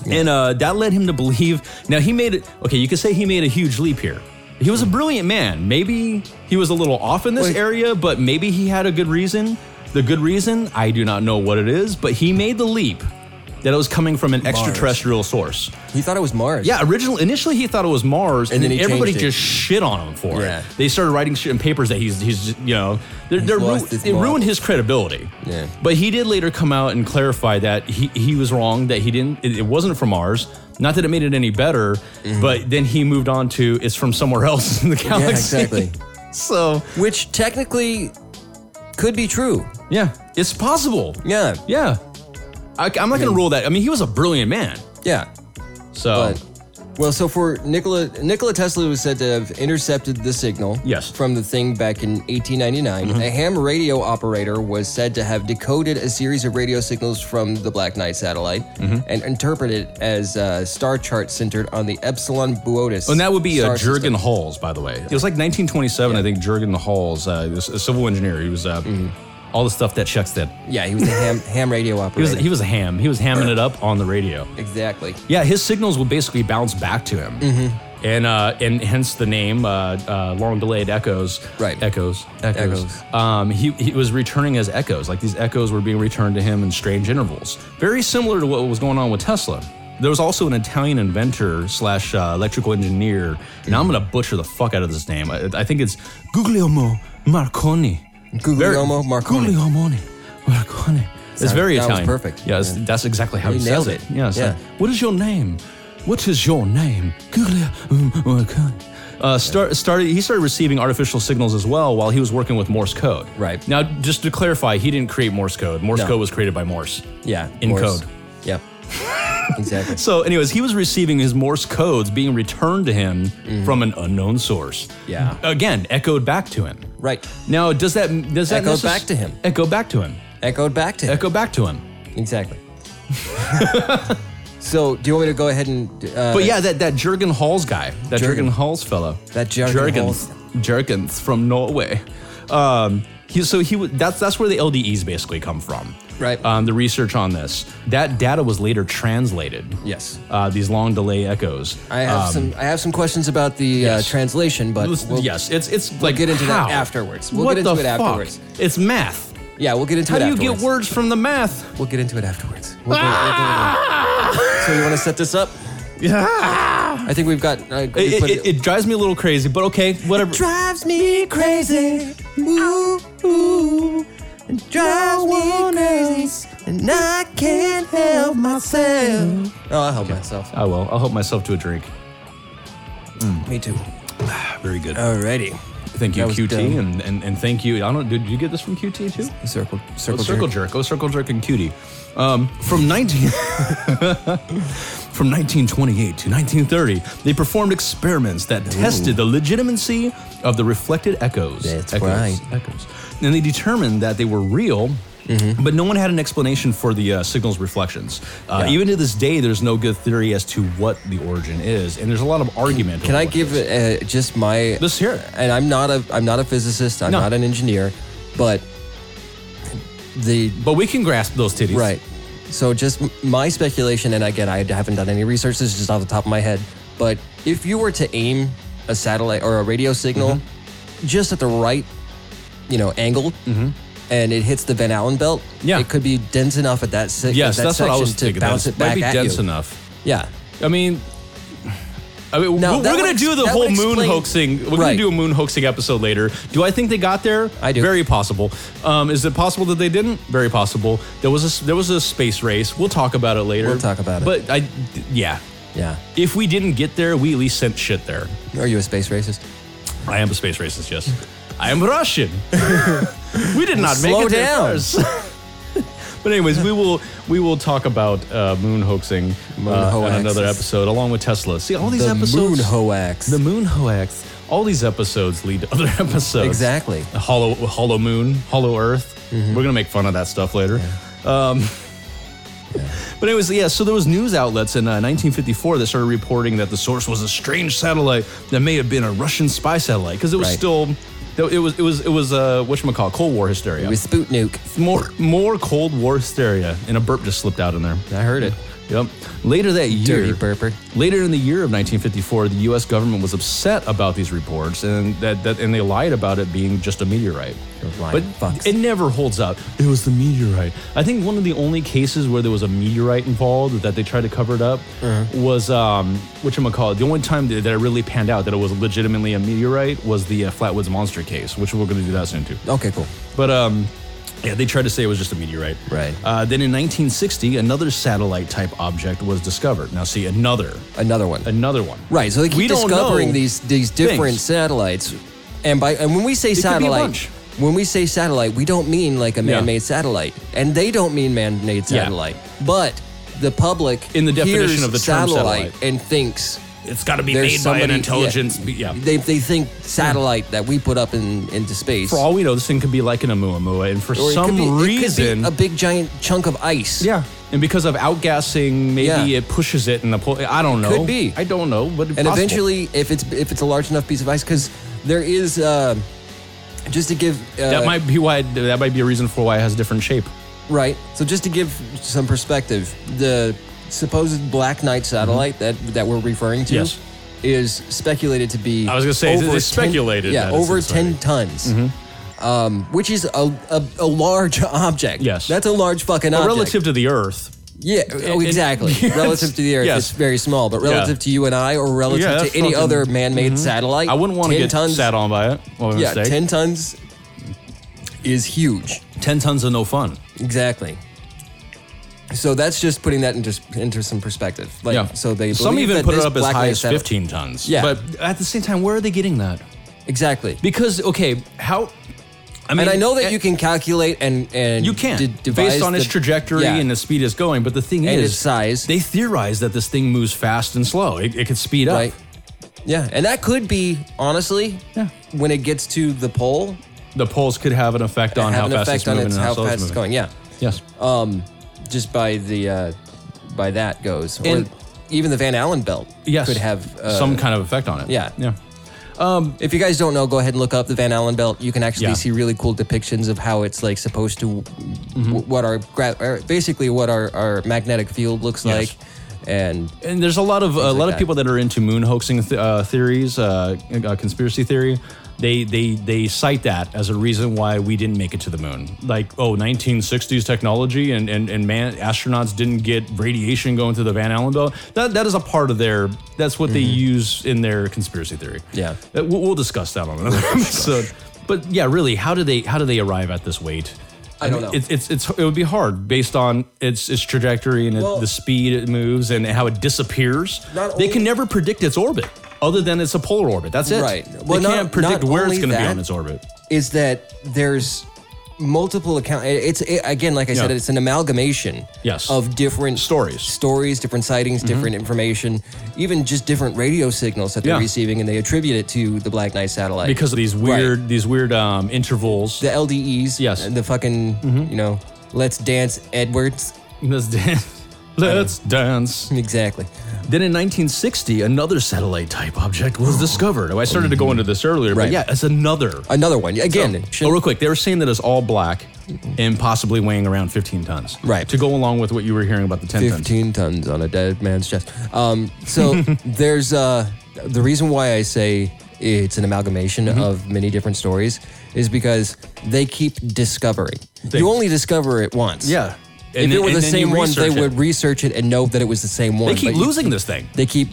Speaker 2: And uh, that led him to believe. Now he made it. Okay, you could say he made a huge leap here. He was a brilliant man. Maybe he was a little off in this
Speaker 1: Wait.
Speaker 2: area, but maybe he had a good reason. The good reason, I do not know what it is, but he made the leap that it was coming from an extraterrestrial source.
Speaker 1: He thought it was Mars.
Speaker 2: Yeah, originally, initially he thought it was Mars, and,
Speaker 1: then
Speaker 2: then,
Speaker 1: he
Speaker 2: everybody
Speaker 1: changed it.
Speaker 2: just shit on him for
Speaker 1: Yeah.
Speaker 2: it. They started writing shit in papers that he's he's you know they're, they're ru-
Speaker 1: lost his
Speaker 2: it
Speaker 1: marbles.
Speaker 2: ruined his credibility.
Speaker 1: Yeah.
Speaker 2: But he did later come out and clarify that he he was wrong that he didn't it, it wasn't from Mars. Not that it made it any better, but then he moved on to it's from somewhere else in the galaxy.
Speaker 1: Mm-hmm. Yeah, exactly.
Speaker 2: so
Speaker 1: Which technically could be true.
Speaker 2: yeah, it's possible.
Speaker 1: Yeah.
Speaker 2: Yeah. I, I'm not going to rule that. I mean, he was a brilliant man.
Speaker 1: Yeah.
Speaker 2: So
Speaker 1: But well, so for Nikola Nikola Tesla was said to have intercepted the signal
Speaker 2: Yes. Mm-hmm.
Speaker 1: from the thing back in 1899. A ham radio operator was said to have decoded a series of radio signals from the Black Knight satellite
Speaker 2: Mm-hmm.
Speaker 1: and interpreted it as a star chart centered on the Epsilon Boötis.
Speaker 2: And that would be uh,
Speaker 1: star system.
Speaker 2: Jurgen Halls, by the way. It was like 1927, I think. Jurgen Halls, uh, this a civil engineer. He was uh, all the stuff that Shucks did.
Speaker 1: Yeah, he was a ham ham radio operator.
Speaker 2: He was he was a ham. He was hamming it up on the radio.
Speaker 1: exactly.
Speaker 2: Yeah, his signals would basically bounce back to him,
Speaker 1: Mm-hmm.
Speaker 2: and uh, and hence the name uh, uh, long delayed echoes.
Speaker 1: Right.
Speaker 2: echoes, echoes.
Speaker 1: Echoes.
Speaker 2: Um, he he was returning as echoes. Like these echoes were being returned to him in strange intervals, very similar to what was going on with Tesla. There was also an Italian inventor slash uh, electrical engineer, and I'm gonna butcher the fuck out of this name. I, I think it's Guglielmo Marconi.
Speaker 1: Guglielmo Marconi.
Speaker 2: Guglielmo Marconi. It's
Speaker 1: Sounds-
Speaker 2: very
Speaker 1: that was
Speaker 2: Italian.
Speaker 1: perfect.
Speaker 2: Yeah, it's-
Speaker 1: Yeah.
Speaker 2: that's exactly how
Speaker 1: You
Speaker 2: he says
Speaker 1: nailed it.
Speaker 2: it. Yeah. it's
Speaker 1: Yeah.
Speaker 2: like, what is your name? What is your name? Gugliel- um, oh, God. Uh, start, started, he started receiving artificial signals as well while he was working with Morse code.
Speaker 1: Right.
Speaker 2: Now, just to clarify, he didn't create Morse code. Morse
Speaker 1: No.
Speaker 2: code was created by Morse.
Speaker 1: Yeah,
Speaker 2: In
Speaker 1: Morse.
Speaker 2: code.
Speaker 1: Yep. exactly.
Speaker 2: So, anyways, he was receiving his Morse codes being returned to him from an unknown source.
Speaker 1: Mm-hmm. Yeah.
Speaker 2: Again, echoed back to him.
Speaker 1: Right.
Speaker 2: Now, does that does that
Speaker 1: Echoed
Speaker 2: necess-
Speaker 1: back to him.
Speaker 2: Echo back to him.
Speaker 1: Echoed back to him.
Speaker 2: Echo back to him.
Speaker 1: Exactly. so, do you want me to go ahead and? Uh,
Speaker 2: But yeah, that that Jurgen Halls guy, that
Speaker 1: Jurgen.
Speaker 2: Jurgen, Halls fellow,
Speaker 1: That Jurgen Halls.
Speaker 2: Jurgens from Norway. Um, he, so he w- that's that's where the LDEs basically come from.
Speaker 1: Right.
Speaker 2: Um, the research on this, that data was later translated.
Speaker 1: Yes.
Speaker 2: Uh, these long delay echoes.
Speaker 1: I have
Speaker 2: Um,
Speaker 1: some. I have some questions about the
Speaker 2: yes.
Speaker 1: uh, translation, but
Speaker 2: let's-
Speaker 1: we'll-
Speaker 2: yes, it's it's like
Speaker 1: get into that
Speaker 2: how?
Speaker 1: afterwards. We'll
Speaker 2: what
Speaker 1: get into
Speaker 2: the
Speaker 1: it
Speaker 2: fuck?
Speaker 1: afterwards.
Speaker 2: It's math.
Speaker 1: yeah, we'll get Ah! into
Speaker 2: How
Speaker 1: it.
Speaker 2: do you
Speaker 1: afterwards.
Speaker 2: get words from the math?
Speaker 1: We'll get into it afterwards. We'll go- we'll go into it. so, you want to set this up? I think we've got. Uh, we
Speaker 2: Ah! It,
Speaker 1: put
Speaker 2: it, it drives me a little crazy, but okay, whatever.
Speaker 1: drives me crazy. Ooh, ooh. It drives me crazy, and I can't help myself. Oh, I help myself.
Speaker 2: I will. I'll help myself to a drink.
Speaker 1: Me too.
Speaker 2: Very good.
Speaker 1: Alrighty.
Speaker 2: Thank you,
Speaker 1: Uh, That was
Speaker 2: QT,
Speaker 1: dumb.
Speaker 2: and, and and thank you. I don't. Did you get this from QT too?
Speaker 1: Circle,
Speaker 2: Oh,
Speaker 1: circle,
Speaker 2: circle jerk. Oh, circle jerk and cutie. Um, from 19 from 1928 to 1930, they performed experiments that tested the legitimacy of the reflected echoes.
Speaker 1: That's
Speaker 2: echoes,
Speaker 1: right.
Speaker 2: Echoes. And they determined that they were real.
Speaker 1: Mm-hmm.
Speaker 2: But no one had an explanation for the uh, signal's reflections. Uh,
Speaker 1: Yeah.
Speaker 2: Even to this day, there's no good theory as to what the origin is, and there's a lot of argument.
Speaker 1: Can
Speaker 2: over
Speaker 1: I
Speaker 2: what
Speaker 1: give
Speaker 2: it? is.
Speaker 1: uh, just my?
Speaker 2: Let's hear it.
Speaker 1: And I'm not a, I'm not a physicist. I'm
Speaker 2: No.
Speaker 1: not an engineer, but the
Speaker 2: But we can grasp those titties,
Speaker 1: right. So just m- my speculation, and again, I haven't done any research. This is just off the top of my head. But if you were to aim a
Speaker 2: Mm-hmm.
Speaker 1: satellite or a radio signal just at the right, you know, angle, and it hits the Van Allen belt,
Speaker 2: Yeah.
Speaker 1: it could be dense enough at that, se-
Speaker 2: Yes,
Speaker 1: at that
Speaker 2: that's
Speaker 1: section
Speaker 2: what I was
Speaker 1: to
Speaker 2: thinking.
Speaker 1: bounce
Speaker 2: that
Speaker 1: it
Speaker 2: might
Speaker 1: back
Speaker 2: be
Speaker 1: at
Speaker 2: dense
Speaker 1: you.
Speaker 2: enough.
Speaker 1: Yeah.
Speaker 2: I mean, I mean,
Speaker 1: Now,
Speaker 2: we're,
Speaker 1: that
Speaker 2: we're gonna
Speaker 1: would
Speaker 2: do
Speaker 1: ex-
Speaker 2: the
Speaker 1: that
Speaker 2: whole
Speaker 1: would
Speaker 2: moon
Speaker 1: explain-
Speaker 2: hoaxing. We're gonna
Speaker 1: Right.
Speaker 2: do a moon hoaxing episode later. Do I think they got there?
Speaker 1: I do.
Speaker 2: Very possible. Um, is it possible that they didn't? Very possible. There was a s- there was a space race. We'll talk about it later.
Speaker 1: We'll talk about it.
Speaker 2: But I, yeah,
Speaker 1: Yeah.
Speaker 2: if we didn't get there, we at least sent shit there.
Speaker 1: Are you a space racist?
Speaker 2: I am a space racist. Yes, I am Russian. we did not make
Speaker 1: Slow
Speaker 2: it there
Speaker 1: down.
Speaker 2: first. but anyways, we will we will talk about uh, moon hoaxing
Speaker 1: Moon
Speaker 2: uh, on
Speaker 1: hoaxes.
Speaker 2: another episode, along with Tesla. See all these
Speaker 1: the
Speaker 2: episodes.
Speaker 1: moon hoax.
Speaker 2: The moon hoax. All these episodes lead to other episodes.
Speaker 1: Exactly.
Speaker 2: The hollow, hollow moon, hollow Earth.
Speaker 1: Mm-hmm.
Speaker 2: We're gonna make fun of that stuff later. Um, But anyways, yeah. So there was news outlets in uh, 1954 that started reporting that the source was a strange satellite that may have been a Russian spy satellite because it was
Speaker 1: Right.
Speaker 2: still, it was it was it was uh, what call Cold War hysteria.
Speaker 1: It was Sputnik.
Speaker 2: more more Cold War hysteria, and a burp just slipped out in there.
Speaker 1: I heard it.
Speaker 2: Yep. Later that year,
Speaker 1: Dirty burper.
Speaker 2: Later in the year of 1954, the U.S. government was upset about these reports, and that, that and they lied about it being just a meteorite.
Speaker 1: Those lying
Speaker 2: But
Speaker 1: fucks.
Speaker 2: it never holds up. It was the meteorite. I think one of the only cases where there was a meteorite involved that they tried to cover it up
Speaker 1: Uh-huh.
Speaker 2: was um, which I'm call it. The only time that, that it really panned out that it was legitimately a meteorite was the uh, Flatwoods Monster case, which we're going to do that soon too.
Speaker 1: Okay, cool.
Speaker 2: But um, yeah, they tried to say it was just a meteorite.
Speaker 1: Right.
Speaker 2: Uh, then in 1960, another satellite type object was discovered. Now, see another,
Speaker 1: Another one.
Speaker 2: another one.
Speaker 1: Right. So they keep
Speaker 2: We don't
Speaker 1: discovering
Speaker 2: know
Speaker 1: these these different
Speaker 2: things.
Speaker 1: satellites, and by and when we say
Speaker 2: could be a
Speaker 1: satellite,
Speaker 2: bunch.
Speaker 1: when we say satellite, we don't mean like a
Speaker 2: Yeah.
Speaker 1: man-made satellite, and they don't mean man-made
Speaker 2: Yeah.
Speaker 1: satellite, but the public
Speaker 2: In the definition
Speaker 1: hears
Speaker 2: of the term satellite.
Speaker 1: and thinks
Speaker 2: It's got to be
Speaker 1: there's
Speaker 2: made
Speaker 1: somebody
Speaker 2: by an intelligence. Yeah.
Speaker 1: They, they think satellite that we put up in into space.
Speaker 2: For all we know, this thing could be like an Oumuamua, and for
Speaker 1: or it could
Speaker 2: some
Speaker 1: be- it could be
Speaker 2: reason,
Speaker 1: a big giant chunk of ice.
Speaker 2: yeah. And because of outgassing, maybe
Speaker 1: Yeah.
Speaker 2: it pushes it in the. Po- I don't know.
Speaker 1: could be.
Speaker 2: I don't know. But
Speaker 1: and eventually, if it's if it's a large enough piece of ice, because there is uh, just to give uh,
Speaker 2: that might be why. That might be a reason for why it has a different shape.
Speaker 1: Right. So just to give some perspective, the supposed Black Knight satellite that that we're referring to
Speaker 2: Yes.
Speaker 1: is speculated to be.
Speaker 2: I was gonna say, it's
Speaker 1: over 10
Speaker 2: speculated
Speaker 1: Yeah,
Speaker 2: that it's
Speaker 1: over
Speaker 2: inside. Mm-hmm.
Speaker 1: ten tons. Um, which is a, a, a large object.
Speaker 2: Yes.
Speaker 1: That's a large fucking
Speaker 2: But
Speaker 1: object.
Speaker 2: relative to the Earth,
Speaker 1: Yeah, oh,
Speaker 2: it-
Speaker 1: exactly.
Speaker 2: yes.
Speaker 1: Relative to the Earth,
Speaker 2: Yes.
Speaker 1: it's very small, but relative to you and I or relative
Speaker 2: Yeah, that's
Speaker 1: to any
Speaker 2: fucking- mm-hmm.
Speaker 1: other man made satellite,
Speaker 2: I wouldn't want to
Speaker 1: 10
Speaker 2: get
Speaker 1: tons,
Speaker 2: sat on by it. What a
Speaker 1: Yeah,
Speaker 2: mistake.
Speaker 1: 10 tons is huge.
Speaker 2: 10 tons of no fun.
Speaker 1: Exactly. So that's just putting that into into some perspective. Like,
Speaker 2: yeah.
Speaker 1: So they
Speaker 2: some
Speaker 1: believe
Speaker 2: even
Speaker 1: that
Speaker 2: put it
Speaker 1: this
Speaker 2: up as
Speaker 1: black
Speaker 2: high
Speaker 1: light
Speaker 2: as
Speaker 1: satellite-
Speaker 2: 15 tons.
Speaker 1: Yeah.
Speaker 2: But at the same time, where are they getting that?
Speaker 1: Exactly.
Speaker 2: Because okay, how? I mean,
Speaker 1: And I know that
Speaker 2: eh,
Speaker 1: you can calculate and and
Speaker 2: You can
Speaker 1: de- devise
Speaker 2: based on its
Speaker 1: the-
Speaker 2: trajectory
Speaker 1: yeah.
Speaker 2: and the speed it's going, but the thing
Speaker 1: And
Speaker 2: is,
Speaker 1: its size.
Speaker 2: They theorize that this thing moves fast and slow. It, it could speed up.
Speaker 1: right. Yeah, and that could be honestly,
Speaker 2: Yeah.
Speaker 1: when it gets to the pole,
Speaker 2: The poles could have an effect on
Speaker 1: have
Speaker 2: how
Speaker 1: an
Speaker 2: fast
Speaker 1: effect
Speaker 2: it's
Speaker 1: on
Speaker 2: moving
Speaker 1: its
Speaker 2: and how
Speaker 1: how
Speaker 2: slow
Speaker 1: fast it's
Speaker 2: moving.
Speaker 1: going. Uh, Yeah,
Speaker 2: Yes.
Speaker 1: just by the uh, by that goes, or
Speaker 2: And-
Speaker 1: even the Van Allen belt
Speaker 2: yes.
Speaker 1: could have uh,
Speaker 2: some kind of effect on it.
Speaker 1: yeah.
Speaker 2: Yeah.
Speaker 1: If you guys don't know, go ahead and look up the Van Allen belt. You can actually
Speaker 2: Yeah.
Speaker 1: see really cool depictions of how it's like supposed to, w
Speaker 2: Mm-hmm.
Speaker 1: what our gra- or basically what our, our magnetic field looks
Speaker 2: Yes.
Speaker 1: like, and
Speaker 2: and there's a lot of a lot
Speaker 1: like
Speaker 2: of
Speaker 1: that.
Speaker 2: people that are into moon hoaxing th- uh, theories, uh, uh, conspiracy theory. They they they cite that as a reason why we didn't make it to the moon. Like oh, 1960s technology and and and man, astronauts didn't get radiation going through the Van Allen belt. That that is a part of their. That's what they use in their conspiracy theory.
Speaker 1: Mm-hmm. Yeah.
Speaker 2: Uh, we'll, we'll discuss that on another episode. But yeah, really, how do they how do they arrive at this weight?
Speaker 1: I don't
Speaker 2: mean,
Speaker 1: know.
Speaker 2: It's, it's it's it would be hard based on its its trajectory and it-
Speaker 1: Well-
Speaker 2: the speed it moves and how it disappears.
Speaker 1: Not
Speaker 2: they
Speaker 1: only-
Speaker 2: can never predict its orbit, other than it's a polar orbit. That's it.
Speaker 1: Right.
Speaker 2: Well,
Speaker 1: Well,
Speaker 2: they
Speaker 1: not-
Speaker 2: can't predict
Speaker 1: not
Speaker 2: where it's
Speaker 1: only
Speaker 2: going to be
Speaker 1: that-
Speaker 2: on its orbit.
Speaker 1: is that there's multiple account. it- It's it, again, like I said,
Speaker 2: Yeah.
Speaker 1: it's an amalgamation
Speaker 2: Yes.
Speaker 1: of different
Speaker 2: Stories. Mm-hmm.
Speaker 1: stories, different sightings, different information, even just different radio signals that they're
Speaker 2: Yeah.
Speaker 1: receiving, and they attribute it to the Black Knight satellite
Speaker 2: Because of these
Speaker 1: Right.
Speaker 2: weird these weird um, intervals.
Speaker 1: the LDEs,
Speaker 2: Yes. Mm-hmm.
Speaker 1: and the fucking you know, let's dance Edwards.
Speaker 2: Let's dance. Let's dance.
Speaker 1: Exactly.
Speaker 2: Then in 1960, another satellite type object was discovered. I started to go into this earlier, but
Speaker 1: Right.
Speaker 2: yeah, it's another.
Speaker 1: Another one. Again,
Speaker 2: So-
Speaker 1: shit-
Speaker 2: oh, real quick, they were saying that it's all black and possibly weighing around 15 tons.
Speaker 1: Right.
Speaker 2: To go along with what you were hearing about the 10 tons.
Speaker 1: 15 tons on a dead man's chest. Um, so there's uh, the reason why I say it's an amalgamation
Speaker 2: Mm-hmm.
Speaker 1: of many different stories, is because they keep discovering. you only discover it once.
Speaker 2: Yeah.
Speaker 1: If
Speaker 2: And
Speaker 1: it
Speaker 2: then-
Speaker 1: were the
Speaker 2: and then you
Speaker 1: same one, they
Speaker 2: research it.
Speaker 1: would research it and know that it was the same one.
Speaker 2: They keep
Speaker 1: but you-
Speaker 2: losing this thing.
Speaker 1: they keep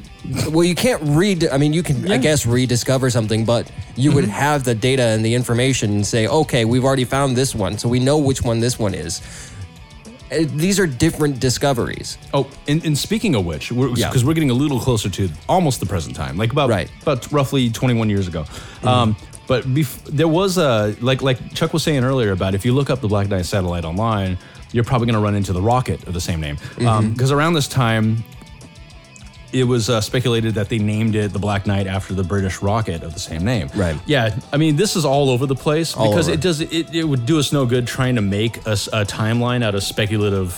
Speaker 1: well you can't read i mean you can i guess rediscover something but you would
Speaker 2: Mm-hmm.
Speaker 1: have the data and the information and say okay we've already found this one so we know which one this one is Uh, these are different discoveries
Speaker 2: Oh, and, and speaking of which, because we're,
Speaker 1: Yeah.
Speaker 2: 'cause we're getting a little closer to almost the present time, like about
Speaker 1: Right.
Speaker 2: about roughly 21 years ago. Um, but bef- there was a like like Chuck was saying earlier about if you look up the Black Knight satellite online, you're probably going to run into the rocket of the same name.
Speaker 1: Mm-hmm.
Speaker 2: Because around this time, it was uh, speculated that they named it the Black Knight after the British rocket of the same name.
Speaker 1: Right.
Speaker 2: Yeah. I mean, this is all over the place
Speaker 1: All
Speaker 2: because
Speaker 1: over.
Speaker 2: it does it, it would do us no good trying to make us a timeline out of speculative.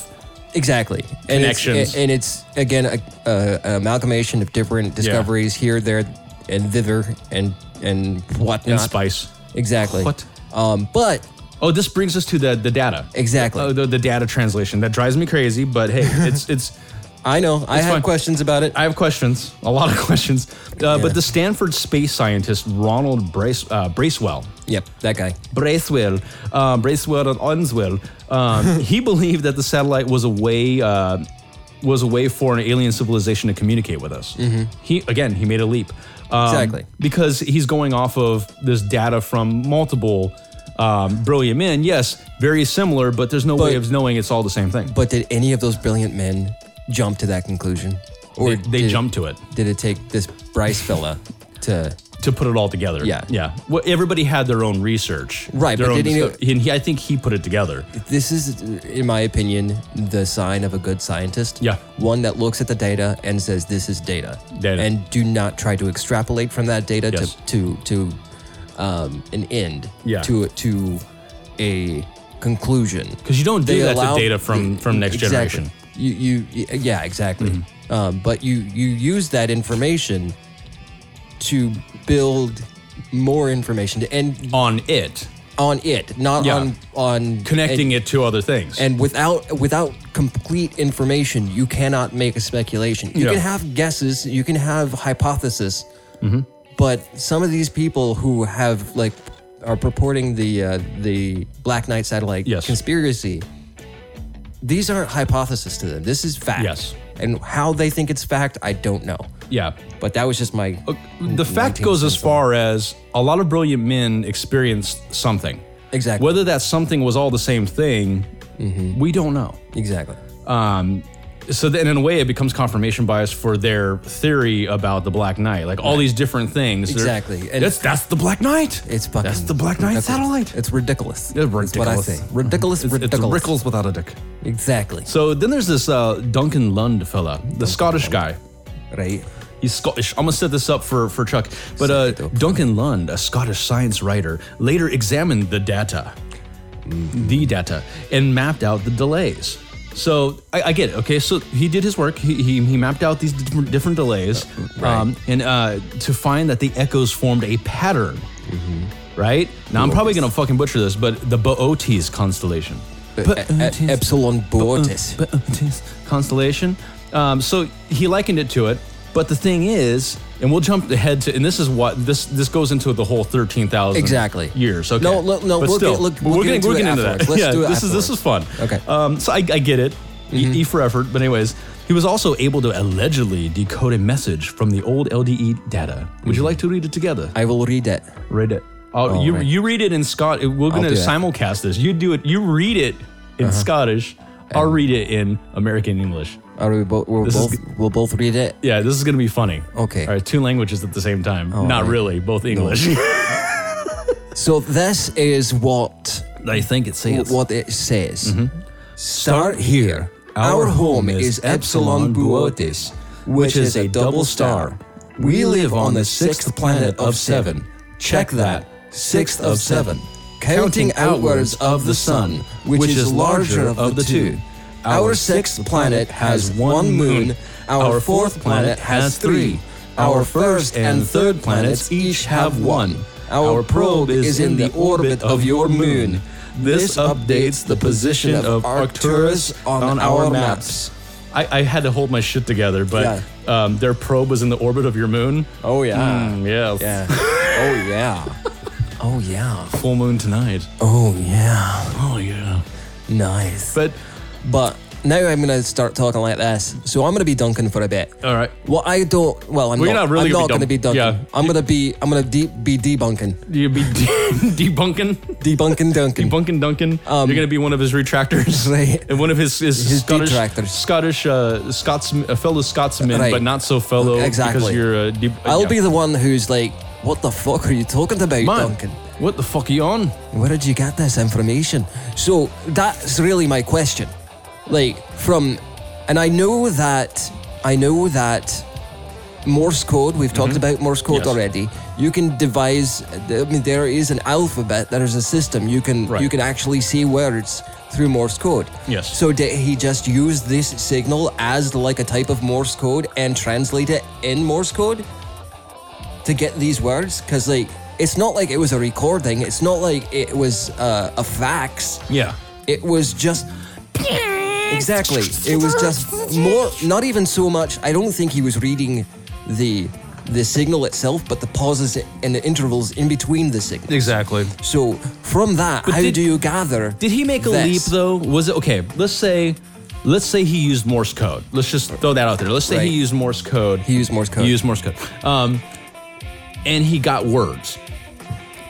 Speaker 1: exactly and
Speaker 2: Connections.
Speaker 1: it's, and it's again a, a, an amalgamation of different discoveries here there and thither and and whatnot
Speaker 2: And spice.
Speaker 1: exactly
Speaker 2: What?
Speaker 1: um but
Speaker 2: Oh, this brings us to the the data.
Speaker 1: Exactly.
Speaker 2: Oh, the, the data translation that drives me crazy, but hey, it's it's.
Speaker 1: i know i have
Speaker 2: fine.
Speaker 1: questions about it
Speaker 2: I have questions, a lot of questions. Uh, But the Stanford space scientist Ronald Brace, uh, Bracewell,
Speaker 1: yep that guy
Speaker 2: Bracewell, uh, Bracewell and Onswell, um, he believed that the satellite was a way. Uh, was a way for an alien civilization to communicate with us. He again, he made a leap. Um,
Speaker 1: Mm-hmm. Exactly.
Speaker 2: because he's going off of this data from multiple um, brilliant men. Yes, very similar, but there's no way
Speaker 1: But-
Speaker 2: of knowing it's all the same thing.
Speaker 1: But did any of those brilliant men jump to that conclusion, or
Speaker 2: They- they
Speaker 1: did-
Speaker 2: jumped to it.
Speaker 1: Did it take this Bryce fella to?
Speaker 2: to put it all together.
Speaker 1: Yeah.
Speaker 2: yeah. Well, everybody had their own research,
Speaker 1: Right,
Speaker 2: Their
Speaker 1: but
Speaker 2: own
Speaker 1: did he know-
Speaker 2: disco- and he, I think he put it together.
Speaker 1: This is, in my opinion, the sign of a good scientist.
Speaker 2: Yeah.
Speaker 1: one that looks at the data and says, "This is data,"
Speaker 2: Data.
Speaker 1: and do not try to extrapolate from that data
Speaker 2: Yes.
Speaker 1: to to to um, an end.
Speaker 2: Yeah.
Speaker 1: to to a conclusion.
Speaker 2: Because you don't do
Speaker 1: They
Speaker 2: that
Speaker 1: allow-
Speaker 2: to data from from next
Speaker 1: Exactly.
Speaker 2: generation. Mm-hmm.
Speaker 1: You, you, yeah, exactly. Um, but you you use that information to build more information to, and
Speaker 2: On it,
Speaker 1: on it, not
Speaker 2: Yeah.
Speaker 1: on on
Speaker 2: connecting
Speaker 1: and,
Speaker 2: it to other things.
Speaker 1: And without without complete information, you cannot make a speculation. You
Speaker 2: Yeah.
Speaker 1: can have guesses, you can have hypothesis, but some of these people who have like are purporting the uh, the Black Knight satellite
Speaker 2: Yes.
Speaker 1: conspiracy. These aren't hypotheses to them. This is fact.
Speaker 2: Yes.
Speaker 1: And how they think it's fact, I don't know.
Speaker 2: yeah, Uh,
Speaker 1: But that was just my.
Speaker 2: the fact goes as far as a lot of brilliant men experienced something.
Speaker 1: Exactly.
Speaker 2: Whether that something was all the same thing,
Speaker 1: Mm-hmm.
Speaker 2: we don't know.
Speaker 1: Exactly.
Speaker 2: Um, so then, in a way, it becomes confirmation bias for their theory about the Black Knight. Like all these different things. they're-
Speaker 1: Exactly. And-
Speaker 2: that's that's the Black Knight.
Speaker 1: It's fucking.
Speaker 2: that's the Black Knight
Speaker 1: ridiculous.
Speaker 2: satellite.
Speaker 1: It's ridiculous. That's
Speaker 2: It's
Speaker 1: what I
Speaker 2: ridiculous.
Speaker 1: say. Ridiculous.
Speaker 2: It's, it's
Speaker 1: ridiculous.
Speaker 2: Rickles without a dick.
Speaker 1: Exactly.
Speaker 2: So then there's this uh, Duncan Lund fella, the Scottish guy.
Speaker 1: Right.
Speaker 2: He's Scottish. I'm gonna set this up for, for Chuck. But uh, Duncan Lund, a Scottish science writer, later examined the data, the data, and mapped out the delays. So I, I get it. Okay, so he did his work. He, he, he mapped out these different, different delays, um, and uh, to find that the echoes formed a pattern. Right now, I'm probably gonna fucking butcher this, but the Bootes constellation.
Speaker 1: E- e- Epsilon Boatis.
Speaker 2: But, uh, tis- constellation. Um, so he likened it to it. But the thing is, and we'll jump ahead to, and this is what this this goes into the whole thirteen thousand
Speaker 1: Exactly.
Speaker 2: years. Okay,
Speaker 1: No, look- no,
Speaker 2: but
Speaker 1: we'll
Speaker 2: still,
Speaker 1: get- look,
Speaker 2: we're
Speaker 1: we'll get
Speaker 2: getting
Speaker 1: into
Speaker 2: we're
Speaker 1: it
Speaker 2: getting into
Speaker 1: afterwards.
Speaker 2: that.
Speaker 1: Let's
Speaker 2: yeah,
Speaker 1: do it
Speaker 2: this is this is fun.
Speaker 1: Okay. Mm-hmm.
Speaker 2: um, so I, I get it. E- E for effort, but anyways, he was also able to allegedly decode a message from the old LDE data. Would
Speaker 1: Mm-hmm.
Speaker 2: you like to read it together?
Speaker 1: I will read it.
Speaker 2: Read it. Oh, you
Speaker 1: right.
Speaker 2: you read it in Scott. We're gonna
Speaker 1: do that. Uh-huh.
Speaker 2: simulcast this. You do it. You read it in Scottish. I'll read it in American English.
Speaker 1: Are we both? We're
Speaker 2: This is
Speaker 1: both. We'll both read it.
Speaker 2: Yeah, this is gonna be funny.
Speaker 1: Okay.
Speaker 2: All right, two languages at the same time. Not
Speaker 1: right.
Speaker 2: really. Both English.
Speaker 1: So this is what
Speaker 2: I think it says.
Speaker 1: what it says. Start here. Mm-hmm. Our home is Epsilon Boatis, which is a double star. We live on the sixth planet of seven. Check that, sixth of seven. Counting outwards of the sun, which is larger of the two. Our sixth planet has one moon. Our fourth planet has three. Our first and third planets each have one. Our probe is in the orbit of your moon. This updates the position of Arcturus on our maps.
Speaker 2: I, I had to hold my shit together, but um, their probe was in the orbit of your moon.
Speaker 1: Oh yeah.
Speaker 2: Mm, yes.
Speaker 1: Yeah. Oh yeah. Oh yeah.
Speaker 2: Full moon tonight.
Speaker 1: Oh yeah.
Speaker 2: Oh yeah.
Speaker 1: Nice.
Speaker 2: But
Speaker 1: But now I'm gonna start talking like this. So I'm gonna be dunking for a bit.
Speaker 2: all right.
Speaker 1: Well, I don't. Well, I'm
Speaker 2: Well, you're
Speaker 1: not,
Speaker 2: not really
Speaker 1: I'm
Speaker 2: gonna
Speaker 1: not going to be
Speaker 2: be dun-
Speaker 1: dunking.
Speaker 2: yeah.
Speaker 1: I'm going to be. I'm going to de- be debunking,
Speaker 2: You'll be de- debunking,
Speaker 1: debunking, dunking.
Speaker 2: debunking Duncan. You're gonna be one of his retractors,
Speaker 1: Um, Right.
Speaker 2: and one of his, his,
Speaker 1: His
Speaker 2: Scottish,
Speaker 1: detractors.
Speaker 2: Scottish, uh, Scotsman, uh, fellow Scotsman,
Speaker 1: Right.
Speaker 2: but not so fellow because
Speaker 1: Exactly.
Speaker 2: you're uh, a deep.
Speaker 1: I'll be the one who's like, "What the fuck are you talking about,
Speaker 2: man.
Speaker 1: Duncan?
Speaker 2: What the fuck are you on?
Speaker 1: Where did you get this information?" So that's really my question. Like from, and I know that I know that Morse code. We've talked about Morse code
Speaker 2: Mm-hmm. Yes.
Speaker 1: already. You can devise. I mean, there is an alphabet. There is a system. You can
Speaker 2: Right.
Speaker 1: you can actually see words through Morse code.
Speaker 2: Yes.
Speaker 1: So did he just use this signal as like a type of Morse code and translate it in Morse code to get these words? Because like it's not like it was a recording. It's not like it was uh, a fax.
Speaker 2: Yeah.
Speaker 1: It was just. Exactly. It was just more. Not even so much. I don't think he was reading the the signal itself, but the pauses and the intervals in between the signal.
Speaker 2: Exactly.
Speaker 1: So from that, how
Speaker 2: did-
Speaker 1: do you gather?
Speaker 2: Did he make a
Speaker 1: this?
Speaker 2: leap though? Was it okay? Let's say, let's say he used Morse code. Let's just throw that out there. Let's say
Speaker 1: Right.
Speaker 2: he used Morse code.
Speaker 1: He used Morse code.
Speaker 2: He used Morse code. Um, and he got words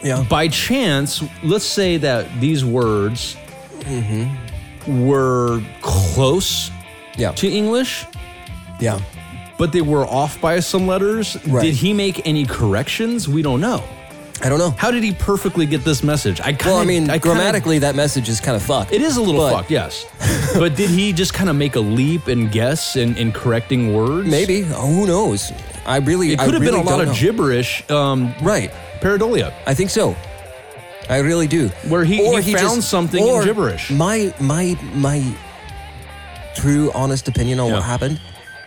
Speaker 1: Yeah.
Speaker 2: by chance. Let's say that these words
Speaker 1: Mm-hmm.
Speaker 2: were close
Speaker 1: Yeah.
Speaker 2: to English,
Speaker 1: Yeah.
Speaker 2: but they were off by some letters.
Speaker 1: Right.
Speaker 2: Did he make any corrections? We don't know.
Speaker 1: I don't know.
Speaker 2: How did he perfectly get this message? I kind
Speaker 1: Well, I mean, grammatically, that message is kind of fucked.
Speaker 2: It is a little
Speaker 1: but
Speaker 2: fucked, yes. but did he just kind of make a leap and guess in, in correcting words?
Speaker 1: Maybe. Who knows? I really.
Speaker 2: It could have been a lot of gibberish. Um,
Speaker 1: Right.
Speaker 2: pareidolia.
Speaker 1: I think so. I really do.
Speaker 2: Where he- he found something in
Speaker 1: or
Speaker 2: gibberish.
Speaker 1: My my my true honest opinion on
Speaker 2: Yeah.
Speaker 1: what happened.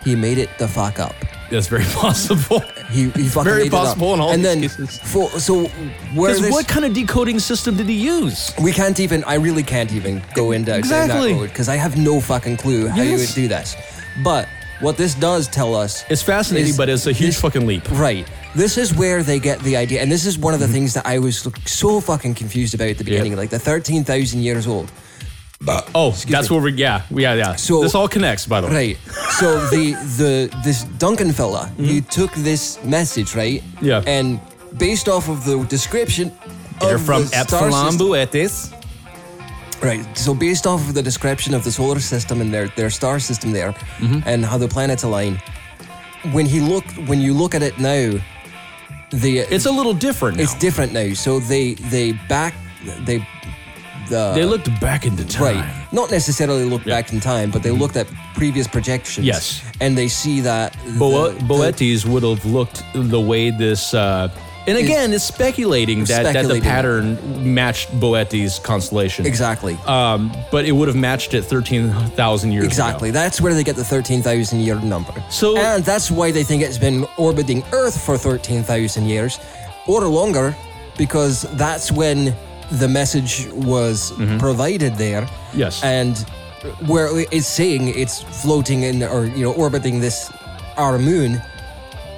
Speaker 1: He made it the fuck up.
Speaker 2: That's very possible.
Speaker 1: He, he fucking
Speaker 2: Very
Speaker 1: made
Speaker 2: possible
Speaker 1: it up.
Speaker 2: in all
Speaker 1: and
Speaker 2: these
Speaker 1: then
Speaker 2: cases.
Speaker 1: For, so where
Speaker 2: Because
Speaker 1: this,
Speaker 2: what kind of decoding system did he use?
Speaker 1: we can't even. I really can't even go into down
Speaker 2: Exactly.
Speaker 1: that road because I have no fucking clue how you
Speaker 2: Yes.
Speaker 1: would do this. But what this does tell us
Speaker 2: It's fascinating,
Speaker 1: is
Speaker 2: but it's a huge
Speaker 1: this-
Speaker 2: fucking leap.
Speaker 1: Right. This is where they get the idea, and this is one of the
Speaker 2: Mm-hmm.
Speaker 1: things that I was so fucking confused about at the beginning, like the thirteen thousand years old.
Speaker 2: Oh, that's where we, yeah, yeah, yeah.
Speaker 1: So-
Speaker 2: this all connects, by the way.
Speaker 1: Right. So the the this Duncan fella, he took this message, right?
Speaker 2: Mm-hmm. Yeah.
Speaker 1: And based off of the description
Speaker 2: They're
Speaker 1: of
Speaker 2: from
Speaker 1: the star
Speaker 2: Epsilon
Speaker 1: system-
Speaker 2: Buetis.
Speaker 1: Right. So based off of the description of the solar system and their their star system there,
Speaker 2: Mm-hmm.
Speaker 1: and how the planets align, when he look when you look at it now, the
Speaker 2: It's a little different now.
Speaker 1: it's different now. So they they back they the
Speaker 2: they looked back into time.
Speaker 1: Right. Not necessarily look
Speaker 2: Yeah. Mm-hmm.
Speaker 1: back in time, but they looked at previous projections.
Speaker 2: Yes.
Speaker 1: And they see that.
Speaker 2: Bo-
Speaker 1: the- the-
Speaker 2: Boetes would have looked the way this. Uh, and again, it's speculating that, that
Speaker 1: Speculating.
Speaker 2: the pattern matched Boetes' constellation.
Speaker 1: Exactly.
Speaker 2: Um, but it would have matched it 13,000 years
Speaker 1: exactly.
Speaker 2: ago.
Speaker 1: That's where they get the 13,000 year number.
Speaker 2: So-
Speaker 1: And that's why they think it's been orbiting Earth for 13,000 years or longer, because that's when the message was provided there.
Speaker 2: Mm-hmm. Yes.
Speaker 1: And where it's saying it's floating in or, you know, orbiting this, our moon.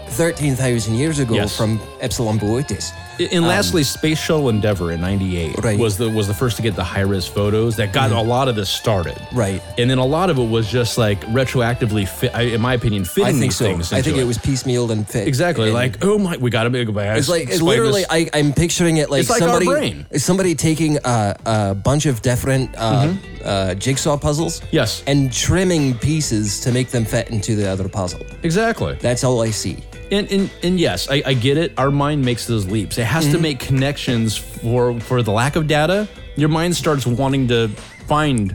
Speaker 1: 13,000 years ago
Speaker 2: Yes.
Speaker 1: from Epsilon Boötis.
Speaker 2: And lastly, Space Shuttle Endeavour in 98
Speaker 1: Um, Right. Mm-hmm.
Speaker 2: was, the, was the first to get the high res photos that got a lot of this started.
Speaker 1: Right.
Speaker 2: And then a lot of it was just like retroactively, fit, I- in my opinion, fitting
Speaker 1: I think
Speaker 2: these
Speaker 1: so.
Speaker 2: things.
Speaker 1: I
Speaker 2: into
Speaker 1: think it was piecemealed and fit.
Speaker 2: Exactly.
Speaker 1: in-
Speaker 2: like, oh my, we got to make a
Speaker 1: it's like it's literally. I, I'm picturing it like
Speaker 2: It's like our
Speaker 1: somebody.
Speaker 2: brain.
Speaker 1: it's somebody taking a, a bunch of different uh, uh, jigsaw puzzles.
Speaker 2: Mm-hmm. Yes.
Speaker 1: And trimming pieces to make them fit into the other puzzle.
Speaker 2: exactly.
Speaker 1: That's all I see.
Speaker 2: And, and, and yes, I, I get it. Our mind makes those leaps. It has to
Speaker 1: Mm-hmm.
Speaker 2: make connections for for the lack of data. Your mind starts wanting to find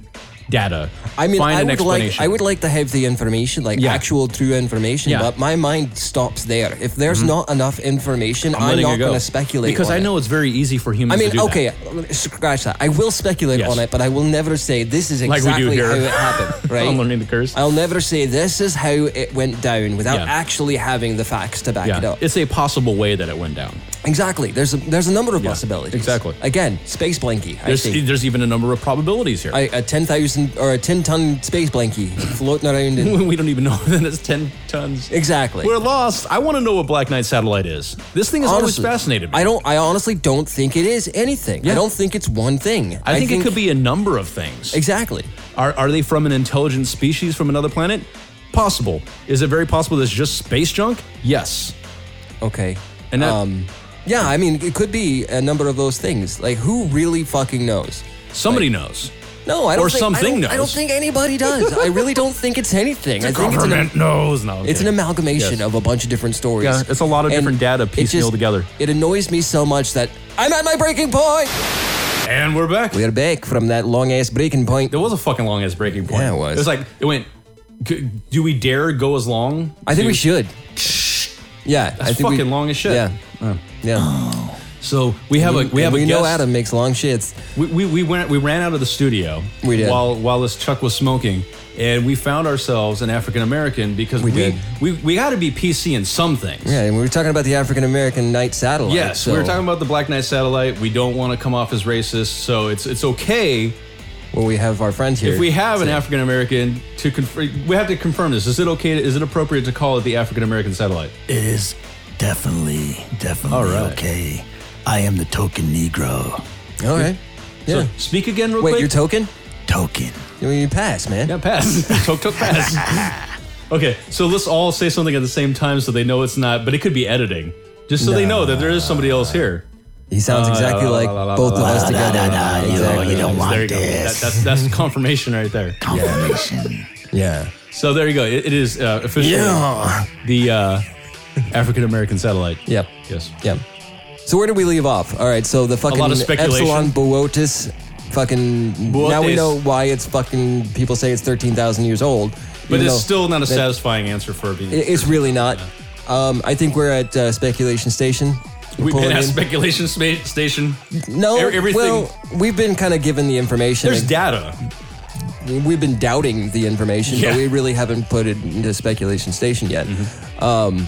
Speaker 2: data.
Speaker 1: I mean,
Speaker 2: find
Speaker 1: I
Speaker 2: an
Speaker 1: would like
Speaker 2: explanation.
Speaker 1: I would like to have the information, like
Speaker 2: Yeah.
Speaker 1: actual true information.
Speaker 2: Yeah. Mm-hmm.
Speaker 1: But my mind stops there. If there's not enough information, I'm,
Speaker 2: letting
Speaker 1: not
Speaker 2: it go.
Speaker 1: going to speculate
Speaker 2: because
Speaker 1: on
Speaker 2: I
Speaker 1: it.
Speaker 2: know it's very easy for humans.
Speaker 1: I
Speaker 2: to
Speaker 1: mean,
Speaker 2: do
Speaker 1: okay,
Speaker 2: that.
Speaker 1: scratch that. I will speculate
Speaker 2: Yes.
Speaker 1: on it, but I will never say this is
Speaker 2: Like we
Speaker 1: exactly
Speaker 2: do here.
Speaker 1: how it happened. Right?
Speaker 2: I'm learning the curse.
Speaker 1: I'll never say this is how it went down without
Speaker 2: Yeah.
Speaker 1: actually having the facts to back it
Speaker 2: yeah,
Speaker 1: up.
Speaker 2: it's a possible way that it went down.
Speaker 1: Exactly. There's a, there's a number of possibilities.
Speaker 2: exactly.
Speaker 1: Again, space blankie. I
Speaker 2: There's, e-
Speaker 1: think.
Speaker 2: there's even a number of probabilities here.
Speaker 1: I, a ten thousand or a ten ton space blankie floating around. In,
Speaker 2: we don't even know that it's 10 tons.
Speaker 1: exactly.
Speaker 2: We're lost. I want to know what Black Knight satellite is. This thing has always
Speaker 1: Honestly,
Speaker 2: fascinated me.
Speaker 1: I don't. I honestly don't think it is anything. I don't think it's one thing.
Speaker 2: I think, it could be a number of things.
Speaker 1: Exactly.
Speaker 2: Are, are they from an intelligent species from another planet? Possible. Is it very possible that's just space junk? Yes.
Speaker 1: Okay.
Speaker 2: And that,
Speaker 1: Um, Yeah, I mean, it could be a number of those things. Like, who really fucking knows?
Speaker 2: somebody knows.
Speaker 1: No, I don't.
Speaker 2: Or
Speaker 1: think, I
Speaker 2: something
Speaker 1: don't, I don't
Speaker 2: knows.
Speaker 1: think anybody does. I really don't think it's anything. I think it's an
Speaker 2: knows. No,
Speaker 1: It's an amalgamation
Speaker 2: Yes.
Speaker 1: of a bunch of different stories.
Speaker 2: Yeah, it's a lot of different data
Speaker 1: it
Speaker 2: piecemeal
Speaker 1: just-
Speaker 2: together.
Speaker 1: It annoys me so much that I'm at my breaking point.
Speaker 2: And we're back.
Speaker 1: We're back from that long ass breaking point.
Speaker 2: There was a fucking long ass breaking point.
Speaker 1: Yeah, it was.
Speaker 2: It was like it went. "C- Do we dare go as long?
Speaker 1: I think we should.
Speaker 2: Dude,
Speaker 1: Yeah, I think we-
Speaker 2: fucking long as shit.
Speaker 1: Yeah, yeah.
Speaker 2: So we have a we have
Speaker 1: we
Speaker 2: a
Speaker 1: know
Speaker 2: guest.
Speaker 1: Adam makes long shits.
Speaker 2: We, we, we went we ran out of the studio
Speaker 1: We did.
Speaker 2: while while this Chuck was smoking and we found ourselves an African American because we
Speaker 1: did.
Speaker 2: we, we, got to be PC in some things.
Speaker 1: Yeah, and we were talking about the African American night satellite.
Speaker 2: Yes,
Speaker 1: so
Speaker 2: we were talking about the Black Knight satellite. We don't want to come off as racist, so it's it's okay
Speaker 1: Well, we have our friend here.
Speaker 2: if we have an African American to confirm. We have to confirm this. Is it okay? Is it appropriate to call it the African American satellite?
Speaker 5: It is definitely, definitely
Speaker 2: right.
Speaker 5: okay. I am the token Negro.
Speaker 1: All right. Yeah.
Speaker 2: So speak again, real
Speaker 1: Wait,
Speaker 2: quick.
Speaker 1: your token?
Speaker 5: Token.
Speaker 1: I mean, you pass, man.
Speaker 2: Yeah, pass. took took pass. okay, so let's all say something at the same time so they know it's not, but it could be editing. Just so they know that there is somebody else here.
Speaker 1: He sounds exactly
Speaker 2: la, la,
Speaker 1: like
Speaker 2: la, la,
Speaker 1: both of
Speaker 2: la,
Speaker 1: us
Speaker 5: la, la,
Speaker 1: together.
Speaker 5: la, la, la,
Speaker 1: Exactly.
Speaker 5: You don't want
Speaker 2: there you go. That,
Speaker 5: this.
Speaker 2: that's that's confirmation right there.
Speaker 5: Confirmation.
Speaker 1: Yeah.
Speaker 2: So there you go. It, it is uh, officially the uh, African American satellite.
Speaker 1: Yep.
Speaker 2: Yes.
Speaker 1: Yeah. So where did we leave off? All right. So the fucking
Speaker 2: lot of speculation.
Speaker 1: epsilon Boötis, fucking. Now we
Speaker 2: Boötes.
Speaker 1: know why it's fucking. People say it's thirteen thousand years old,
Speaker 2: But
Speaker 1: even
Speaker 2: it's
Speaker 1: though
Speaker 2: still not a
Speaker 1: that-
Speaker 2: satisfying answer for being.
Speaker 1: it- It's really not. Um, I think we're at uh, speculation station. We're
Speaker 2: We've been
Speaker 1: pulling
Speaker 2: at
Speaker 1: in.
Speaker 2: speculation spa- station.
Speaker 1: no,
Speaker 2: e- everything-
Speaker 1: well, we've been kind of given the information.
Speaker 2: There's
Speaker 1: and
Speaker 2: data.
Speaker 1: we've been doubting the information,
Speaker 2: Yeah.
Speaker 1: but we really haven't put it into speculation station yet.
Speaker 2: Mm-hmm.
Speaker 1: Um,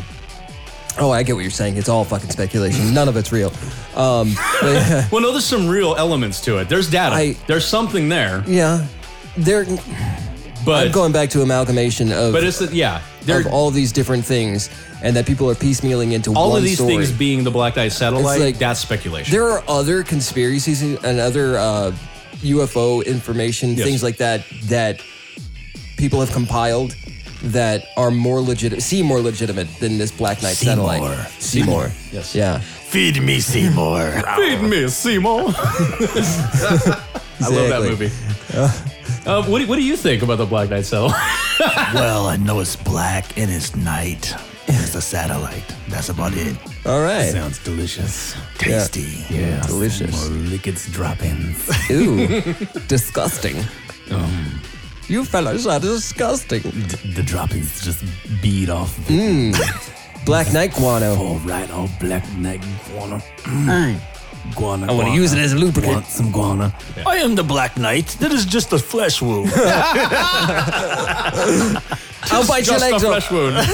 Speaker 1: oh, I get what you're saying. It's all fucking speculation. None of it's real. Um, but-
Speaker 2: Well, no, there's some real elements to it. There's data.
Speaker 1: I-
Speaker 2: there's something there.
Speaker 1: yeah, there.
Speaker 2: But
Speaker 1: I'm going back to amalgamation of,
Speaker 2: but it's yeah. There,
Speaker 1: of all these different things, and that people are piecemealing into
Speaker 2: all
Speaker 1: one
Speaker 2: of these
Speaker 1: story.
Speaker 2: things being the Black Knight satellite,
Speaker 1: It's like-
Speaker 2: that's speculation.
Speaker 1: there are other conspiracies and other uh, UFO information,
Speaker 2: Yes.
Speaker 1: things like that, that people have compiled that are more legit, seem more legitimate than this Black Knight
Speaker 5: Seymour.
Speaker 1: satellite. Seymour.
Speaker 2: Yes.
Speaker 1: Yeah.
Speaker 5: Feed me, Seymour.
Speaker 2: Feed me, Seymour. I love that
Speaker 1: Exactly.
Speaker 2: movie. Uh, what, do, what do you think about the Black Knight satellite?
Speaker 5: well, I know it's black and it's night. It's a satellite. That's about it.
Speaker 1: All right.
Speaker 5: Sounds delicious. Tasty. Yeah.
Speaker 1: Delicious.
Speaker 5: Lickets droppings.
Speaker 1: Ooh. disgusting. You fellas are disgusting.
Speaker 5: the droppings just bead off.
Speaker 1: Black Knight guano.
Speaker 5: All right, all black neck guana. Mm. Guana.
Speaker 1: I want to use it as a lubricant.
Speaker 5: Want some guana? I am the Black Knight. That is just a flesh wound.
Speaker 1: I'll bite your
Speaker 2: Just a
Speaker 1: legs
Speaker 2: flesh
Speaker 1: off.
Speaker 2: wound.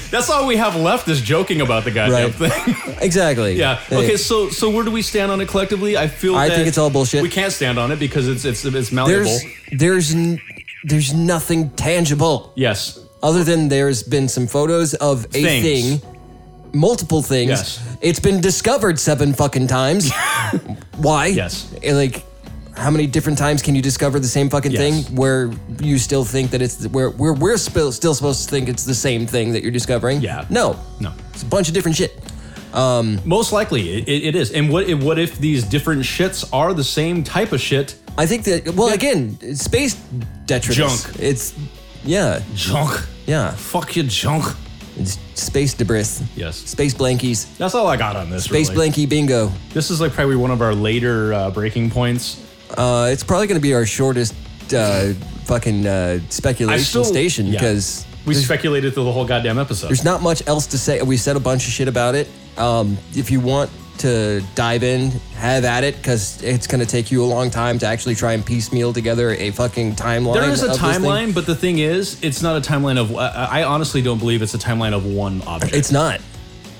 Speaker 2: That's all we have left is joking about the goddamn
Speaker 1: Right.
Speaker 2: thing.
Speaker 1: Exactly.
Speaker 2: yeah. Okay. So so where do we stand on it collectively? I feel
Speaker 1: I
Speaker 2: that
Speaker 1: think it's all bullshit.
Speaker 2: We can't stand on it because it's it's it's malleable.
Speaker 1: there's there's n- there's nothing tangible
Speaker 2: yes.
Speaker 1: other than there's been some photos of a
Speaker 2: Things.
Speaker 1: thing, multiple things.
Speaker 2: Yes.
Speaker 1: It's been discovered seven fucking times. Why?
Speaker 2: Yes.
Speaker 1: And, Like. How many different times can you discover the same fucking
Speaker 2: Yes.
Speaker 1: thing where you still think that it's where we're we're still still supposed to think it's the same thing that you're discovering?
Speaker 2: Yeah.
Speaker 1: No.
Speaker 2: No.
Speaker 1: It's a bunch of different shit.
Speaker 2: Most likely it, it, it is. And what if, what if these different shits are the same type of shit?
Speaker 1: I think that well again, it's space detritus.
Speaker 2: Junk.
Speaker 1: It's yeah,
Speaker 2: Junk.
Speaker 1: yeah.
Speaker 2: Fuck your junk.
Speaker 1: It's space debris.
Speaker 2: Yes.
Speaker 1: Space blankies.
Speaker 2: That's all I got on this.
Speaker 1: Space
Speaker 2: really.
Speaker 1: blankie bingo.
Speaker 2: This is like probably one of our later uh, breaking points.
Speaker 1: Uh, it's probably going to be our shortest uh, fucking uh, speculation station
Speaker 2: yeah.
Speaker 1: because
Speaker 2: we speculated through the whole goddamn episode.
Speaker 1: there's not much else to say. We said a bunch of shit about it. Um, if you want to dive in, have at it because it's going to take you a long time to actually try and piecemeal together a fucking timeline.
Speaker 2: There is
Speaker 1: of
Speaker 2: a
Speaker 1: this thing.
Speaker 2: timeline, but the thing is, it's not a timeline of. I, I honestly don't believe it's a timeline of one object.
Speaker 1: It's not.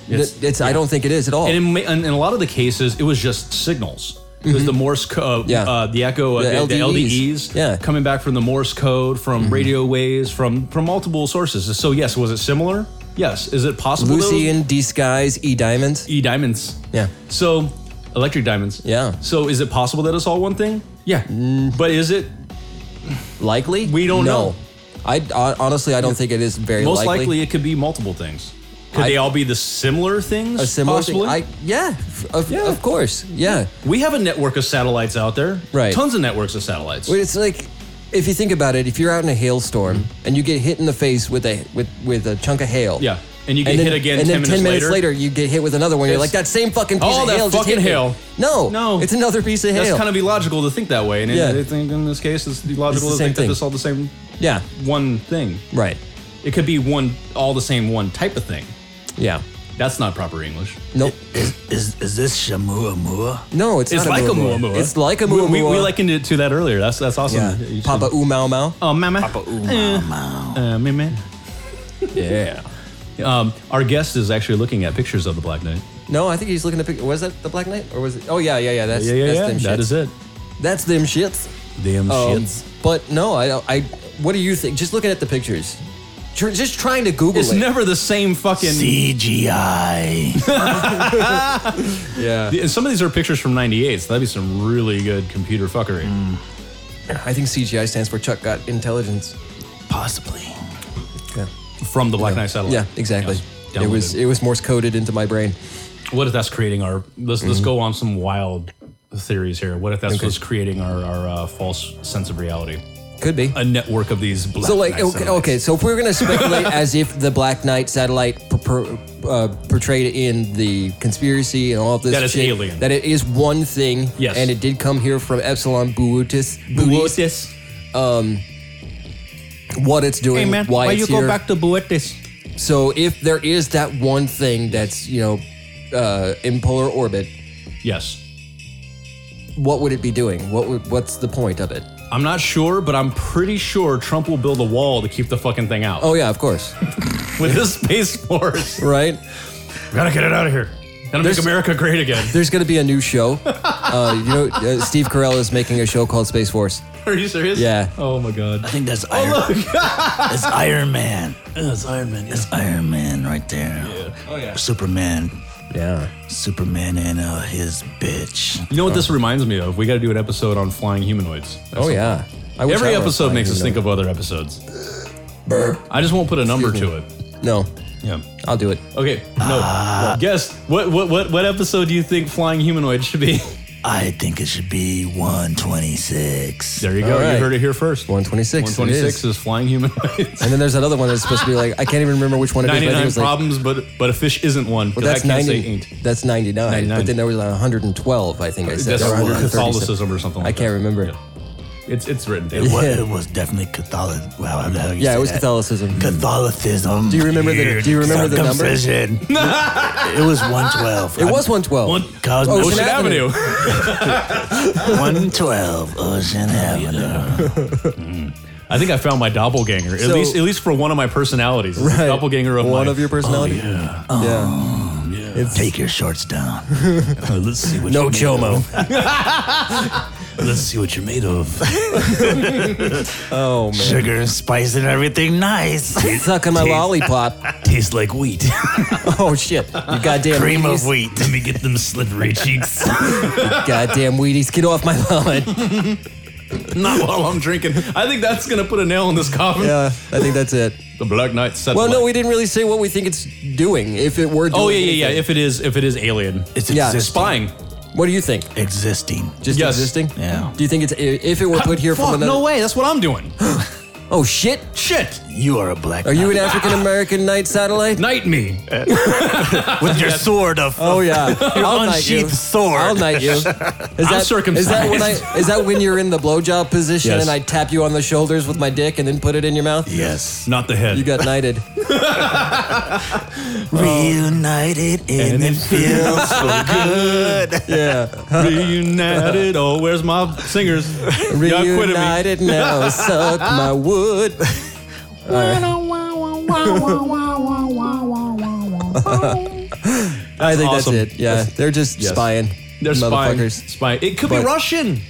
Speaker 1: It's, I don't think it is at all.
Speaker 2: And in, ma- and in a lot of the cases, it was just signals. Because the Morse code,
Speaker 1: Mm-hmm. Yeah.
Speaker 2: uh, the echo, uh,
Speaker 1: The
Speaker 2: the, the
Speaker 1: LDEs.
Speaker 2: LDEs,
Speaker 1: Yeah. Mm-hmm.
Speaker 2: coming back from the Morse code, from radio waves, from from multiple sources. So yes, was it similar? Yes. Is it possible?
Speaker 1: Lucy
Speaker 2: those-
Speaker 1: in disguise, E Diamonds.
Speaker 2: E diamonds.
Speaker 1: Yeah.
Speaker 2: So electric diamonds.
Speaker 1: Yeah. Mm.
Speaker 2: So is it possible that it's all one thing? Yeah. But is it
Speaker 1: Likely?
Speaker 2: We don't
Speaker 1: No.
Speaker 2: know.
Speaker 1: I hon- honestly, I don't think it is very
Speaker 2: most likely,
Speaker 1: likely.
Speaker 2: it could be multiple things? Could
Speaker 1: I-
Speaker 2: they all be the similar things?
Speaker 1: a similar thing-
Speaker 2: possibly?
Speaker 1: I, yeah, f- of, of course. Yeah.
Speaker 2: we have a network of satellites out there.
Speaker 1: Right.
Speaker 2: Tons of networks of satellites.
Speaker 1: But it's like if you think about it, if you're out in a hailstorm and you get hit in the face with a with with a chunk of hail.
Speaker 2: Yeah. And you get hit again
Speaker 1: and
Speaker 2: 10
Speaker 1: then
Speaker 2: minutes later.
Speaker 1: you get hit with another one. You're
Speaker 2: It's-
Speaker 1: like that same fucking piece
Speaker 2: Oh,
Speaker 1: of
Speaker 2: that
Speaker 1: hail. just
Speaker 2: fucking
Speaker 1: hit me."
Speaker 2: hail.
Speaker 1: No,
Speaker 2: No.
Speaker 1: it's another piece of
Speaker 2: That's
Speaker 1: hail.
Speaker 2: kind of illogical to think that way. And
Speaker 1: Yeah.
Speaker 2: I think in this case, it's illogical
Speaker 1: It's the
Speaker 2: to
Speaker 1: same
Speaker 2: think
Speaker 1: thing.
Speaker 2: that it's all the same
Speaker 1: yeah,
Speaker 2: one thing.
Speaker 1: right.
Speaker 2: It could be one, all the same one type of thing.
Speaker 1: Yeah,
Speaker 2: That's not proper English.
Speaker 1: nope.
Speaker 5: Is is, is this Shamua Mua?
Speaker 1: No, it's,
Speaker 2: It's
Speaker 1: not
Speaker 2: like a
Speaker 1: muamua.
Speaker 2: mua mua.
Speaker 1: It's like a
Speaker 2: We-
Speaker 1: muamua.
Speaker 2: We, we likened it to that earlier. That's that's awesome.
Speaker 1: yeah.
Speaker 2: You should-
Speaker 1: Papa Umau Mau.
Speaker 2: Oh, mama. Papa Uh, mama. yeah. Um, our guest is actually looking at pictures of the Black Knight.
Speaker 1: No, I think he's looking at. pic- Was that the Black Knight or was it? Oh yeah, yeah, yeah. That's that's them shits.
Speaker 2: That is it.
Speaker 1: That's them shits.
Speaker 5: Damn
Speaker 1: Um,
Speaker 5: shits.
Speaker 1: But no, I, don't- I. What do you think? Just looking at the pictures, Tr- just trying to Google
Speaker 2: It's
Speaker 1: it.
Speaker 2: never the same fucking.
Speaker 5: CGI.
Speaker 1: yeah,
Speaker 2: And some of these are pictures from '98, so that'd be some really good computer fuckery.
Speaker 1: Mm. I think CGI stands for Chuck Got Intelligence.
Speaker 5: Possibly.
Speaker 1: Yeah,
Speaker 2: from the Black Knight satellite.
Speaker 1: yeah, exactly.
Speaker 2: Yes,
Speaker 1: it was
Speaker 2: downloaded.
Speaker 1: it was Morse coded into my brain.
Speaker 2: what if that's creating our? Let's
Speaker 1: Mm-hmm.
Speaker 2: let's go on some wild theories here. What if that's what's creating our our uh, false sense of reality?
Speaker 1: Could be.
Speaker 2: A network of these black.
Speaker 1: So like
Speaker 2: Knight
Speaker 1: okay,
Speaker 2: satellites.
Speaker 1: okay, so if we we're gonna speculate as if the Black Knight satellite per, per, uh, portrayed in the conspiracy and all of this
Speaker 2: That it's
Speaker 1: shit,
Speaker 2: alien.
Speaker 1: that it is one thing,
Speaker 2: Yes.
Speaker 1: and it did come here from Epsilon Bootis, Bootis,
Speaker 2: Buetis.
Speaker 1: what it's doing, why, it's here.
Speaker 2: to Buetis?
Speaker 1: so if there is that one thing that's you know uh, in polar orbit,
Speaker 2: Yes.
Speaker 1: what would it be doing? What would, what's the point of it?
Speaker 2: I'm not sure, but I'm pretty sure Trump will build a wall to keep the fucking thing out
Speaker 1: Oh yeah, of course,
Speaker 2: with his space force.
Speaker 1: right?
Speaker 2: Gotta get it out of here. Gotta make America great again.
Speaker 1: There's gonna be a new show. Uh, you know, uh, Steve Carell is making a show called Space Force.
Speaker 2: Are you serious?
Speaker 1: Yeah.
Speaker 2: Oh my god.
Speaker 5: I think that's Iron. Oh, look. it's Iron Man. It's Iron Man. It's Iron Man right there. Oh yeah. Superman.
Speaker 1: Yeah.
Speaker 5: Superman and uh, his bitch.
Speaker 2: You know what this reminds me of? We got to do an episode on flying humanoids.
Speaker 1: Oh yeah. I wish
Speaker 2: Every
Speaker 1: I were
Speaker 2: episode
Speaker 1: flying
Speaker 2: makes us
Speaker 1: humanoid.
Speaker 2: think of other episodes. I just won't put a number to it.
Speaker 1: No,
Speaker 2: Yeah.
Speaker 1: I'll do it.
Speaker 2: Okay. No.
Speaker 1: Ah.
Speaker 2: Guess what, what? What? What episode do you think flying humanoid should be?
Speaker 5: I think it should be 126.
Speaker 2: There you go.
Speaker 1: All right.
Speaker 2: You heard it here first.
Speaker 1: 126.
Speaker 2: 126
Speaker 1: 126.
Speaker 2: is. flying humanoids.
Speaker 1: And then there's another one that's supposed to be like I can't even remember which one it is. But I think it
Speaker 2: 99
Speaker 1: was like,
Speaker 2: problems, but but a fish isn't one.
Speaker 1: well,
Speaker 2: 'cause I
Speaker 1: that's
Speaker 2: can't say
Speaker 1: 90.
Speaker 2: ain't.
Speaker 1: That's 99,
Speaker 2: 99.
Speaker 1: But then there was 112. I think I said.
Speaker 2: That's
Speaker 1: or 130 something.
Speaker 2: Catholicism or something.
Speaker 1: I
Speaker 2: Like
Speaker 1: can't
Speaker 2: that.
Speaker 1: remember.
Speaker 2: Yeah. It's it's written.
Speaker 5: It was,
Speaker 1: Yeah.
Speaker 5: it was definitely Catholic. Wow, how the hell you
Speaker 1: Yeah,
Speaker 5: say
Speaker 1: it was
Speaker 5: that?
Speaker 1: Catholicism.
Speaker 5: Catholicism.
Speaker 1: Do you remember the- do you remember the number?
Speaker 5: Circumcision. it was 112.
Speaker 1: It was 112.
Speaker 5: Cosmo-
Speaker 1: Oh, Ocean
Speaker 2: Ocean
Speaker 1: Avenue.
Speaker 2: Avenue.
Speaker 5: 112 Ocean Avenue.
Speaker 2: I think I found my doppelganger. At
Speaker 1: So-
Speaker 2: least at least for one of my personalities. It's a
Speaker 1: Right.
Speaker 2: Doppelganger of
Speaker 1: one
Speaker 2: my-
Speaker 1: of your personality.
Speaker 2: Oh,
Speaker 5: Oh.
Speaker 1: yeah.
Speaker 5: Take your shorts down. Uh, let's see what
Speaker 1: No
Speaker 5: you're made
Speaker 1: chomo.
Speaker 5: of. Let's see what you're made of.
Speaker 1: Oh man.
Speaker 5: Sugar, spice, and everything nice.
Speaker 1: Sucking my lollipop.
Speaker 5: Tastes like wheat.
Speaker 1: Oh shit. You goddamn
Speaker 5: Cream
Speaker 1: Wheaties.
Speaker 5: of wheat. Let me get them slippery cheeks.
Speaker 1: Goddamn Wheaties. Get off my lawn.
Speaker 2: Not while I'm drinking. I think that's gonna put a nail in this coffin.
Speaker 1: yeah. I think that's it.
Speaker 2: The Black Knight
Speaker 1: Well,
Speaker 2: satellite.
Speaker 1: no, we didn't really say what we think it's doing. If it were doing
Speaker 2: Oh yeah, yeah, yeah.
Speaker 1: anything.
Speaker 2: If it is, if it is alien,
Speaker 5: It's
Speaker 1: Yeah,
Speaker 5: existing.
Speaker 2: spying.
Speaker 1: What do you think?
Speaker 5: Existing.
Speaker 1: Just
Speaker 2: Yes.
Speaker 1: existing?
Speaker 5: Yeah.
Speaker 1: Do you think it's if it were put here
Speaker 2: Ah, Fuck,
Speaker 1: from another?
Speaker 2: no way. That's what I'm doing.
Speaker 1: Oh shit!
Speaker 2: Shit.
Speaker 5: You are a black
Speaker 1: Are you an
Speaker 5: knight
Speaker 1: African American night satellite?
Speaker 2: Knight me.
Speaker 5: with your sword of
Speaker 1: Oh yeah, I'll knight you.
Speaker 5: unsheathed sword.
Speaker 1: I'll knight you. Is that, Is that when I?
Speaker 2: circumcised.
Speaker 1: Is that when you're in the blowjob position
Speaker 2: Yes.
Speaker 1: and I tap you on the shoulders with my dick and then put it in your mouth?
Speaker 5: Yes.
Speaker 2: Not the head.
Speaker 1: You got knighted.
Speaker 5: Reunited and, it feels so good.
Speaker 1: Yeah,
Speaker 2: reunited. Oh, where's my singers? Y'all quit at me.
Speaker 1: reunited now. Suck my wood. I think
Speaker 2: awesome.
Speaker 1: that's it. Yeah, they're just
Speaker 2: Yes.
Speaker 1: spying.
Speaker 2: They're spying.
Speaker 1: motherfuckers.
Speaker 2: Spying. It could be
Speaker 1: But-
Speaker 2: Russian.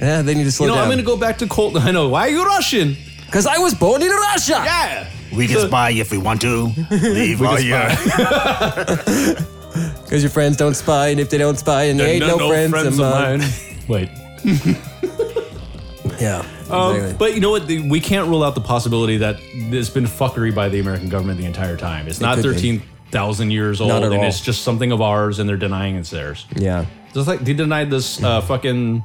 Speaker 1: Yeah, they need to slow
Speaker 2: You know,
Speaker 1: down.
Speaker 2: I'm going to go back to Colt. I know. Why are you Russian?
Speaker 1: Because I was born in Russia.
Speaker 2: Yeah.
Speaker 5: We can spy if we want to. Leave all your
Speaker 1: Because your friends don't spy, and if they don't spy, and they ain't no, friends, of mine.
Speaker 2: Wait.
Speaker 1: Yeah.
Speaker 2: Um,
Speaker 1: exactly.
Speaker 2: But you know what? The- We can't rule out the possibility that it's been fuckery by the American government the entire time. It's not
Speaker 1: could be.
Speaker 2: 13,000 years old,
Speaker 1: at
Speaker 2: and
Speaker 1: all.
Speaker 2: it's just something of ours, and they're denying it's theirs.
Speaker 1: yeah.
Speaker 2: Just like they denied this uh, fucking.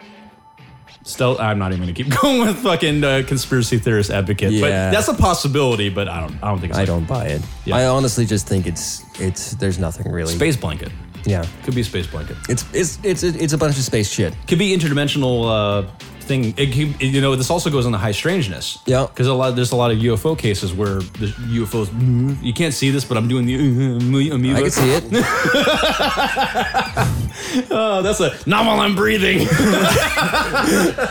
Speaker 2: Stel- I'm not even gonna keep going with fucking uh, conspiracy theorist advocate, but
Speaker 1: Yeah.
Speaker 2: that's a possibility. But I don't, I don't think it's
Speaker 1: I
Speaker 2: like-
Speaker 1: don't buy it.
Speaker 2: Yeah.
Speaker 1: I honestly just think it's it's there's nothing really.
Speaker 2: Space blanket
Speaker 1: Yeah.
Speaker 2: could be space blanket.
Speaker 1: It's it's it's it's a bunch of space shit.
Speaker 2: could be interdimensional uh, thing. It, could- you know, this also goes into high strangeness.
Speaker 1: Yeah.
Speaker 2: because a lot there's a lot of UFO cases where the UFOs. mm, You can't see this, but I'm doing the uh, amu- amoeba.
Speaker 1: I can see it.
Speaker 2: Oh, that's a not while I'm breathing.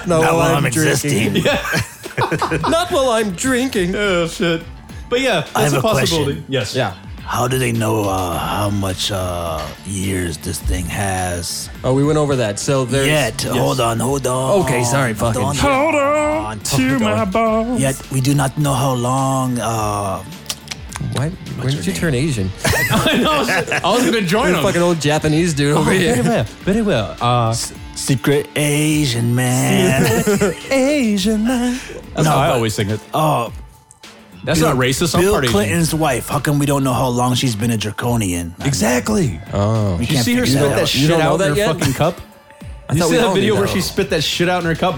Speaker 1: No,
Speaker 5: not while I'm existing.
Speaker 1: Not while I'm drinking.
Speaker 2: oh shit! But yeah, that's
Speaker 5: have a
Speaker 2: possibility.
Speaker 5: question.
Speaker 2: Yes.
Speaker 1: Yeah.
Speaker 5: How do they know uh, how much uh, years this thing has?
Speaker 1: Oh, we went over that. So there's
Speaker 5: Yet, hold on, hold on.
Speaker 1: Okay, sorry, fucking-
Speaker 5: Hold on. to my balls. Yet, we do not know how long. Uh,
Speaker 1: Why, when did you turn Asian?
Speaker 2: I was gonna join
Speaker 1: You're a
Speaker 2: him.
Speaker 1: fucking old Japanese dude over
Speaker 2: Very
Speaker 1: here.
Speaker 2: well. Very well. Uh,
Speaker 5: secret Asian man. Asian man.
Speaker 2: that's
Speaker 5: No,
Speaker 2: how I
Speaker 5: but-
Speaker 2: always sing it.
Speaker 5: Oh,
Speaker 2: That's not racist. I'm
Speaker 5: Bill
Speaker 2: part Asian.
Speaker 5: Clinton's wife. How come we don't know how long she's been a draconian?
Speaker 2: Exactly.
Speaker 5: We
Speaker 2: Did you see her
Speaker 5: figure
Speaker 2: spit
Speaker 5: that
Speaker 2: that
Speaker 5: out.
Speaker 1: You
Speaker 2: shit
Speaker 1: don't know
Speaker 2: out
Speaker 1: that
Speaker 2: in her
Speaker 1: yet?
Speaker 2: fucking cup? you
Speaker 1: thought
Speaker 2: see
Speaker 1: we
Speaker 2: that
Speaker 1: all
Speaker 2: video
Speaker 1: knew
Speaker 2: where
Speaker 1: that.
Speaker 2: she spit that shit out in her cup?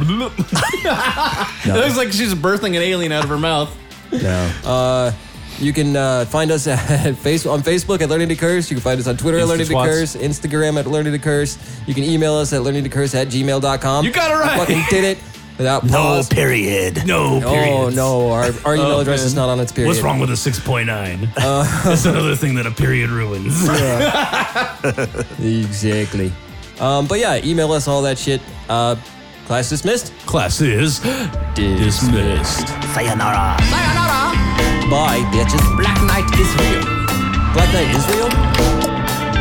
Speaker 2: It looks like she's birthing an alien out of her mouth.
Speaker 1: No. Uh, you can uh, find us at face- on Facebook at Learning to Curse. You can find us on Twitter at
Speaker 2: Insta
Speaker 1: Learning to
Speaker 2: twats.
Speaker 1: Curse, Instagram at Learning to Curse. You can email us at learning to curse at gmail.com.
Speaker 2: You got it
Speaker 1: I
Speaker 2: right.
Speaker 1: fucking did it without
Speaker 5: No
Speaker 1: pause.
Speaker 5: period.
Speaker 6: No,
Speaker 1: oh,
Speaker 6: periods.
Speaker 1: no. Our, our email
Speaker 2: Oh,
Speaker 1: address is
Speaker 2: man.
Speaker 1: not on its period. Uh,
Speaker 6: What's wrong with a 6.9? That's another thing that a period ruins.
Speaker 1: Exactly. Um, but yeah, email us all that shit. Uh, class dismissed.
Speaker 6: Class is dismissed.
Speaker 5: Sayonara.
Speaker 1: Bye, bitches. Black Knight is real. Black Knight is real?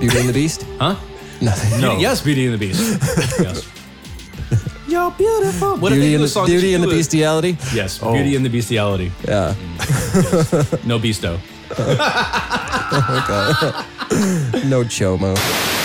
Speaker 1: Beauty and the Beast?
Speaker 2: Huh?
Speaker 1: Nothing.
Speaker 2: Beauty- Yes, Beauty and the Beast. yes. You're beautiful. What
Speaker 1: Beauty and the,
Speaker 2: song
Speaker 1: Beauty and the
Speaker 2: Beast.
Speaker 1: Bestiality?
Speaker 2: Yes,
Speaker 6: Oh.
Speaker 2: Beauty and the Bestiality. Yeah. No Beasto.
Speaker 1: No chomo.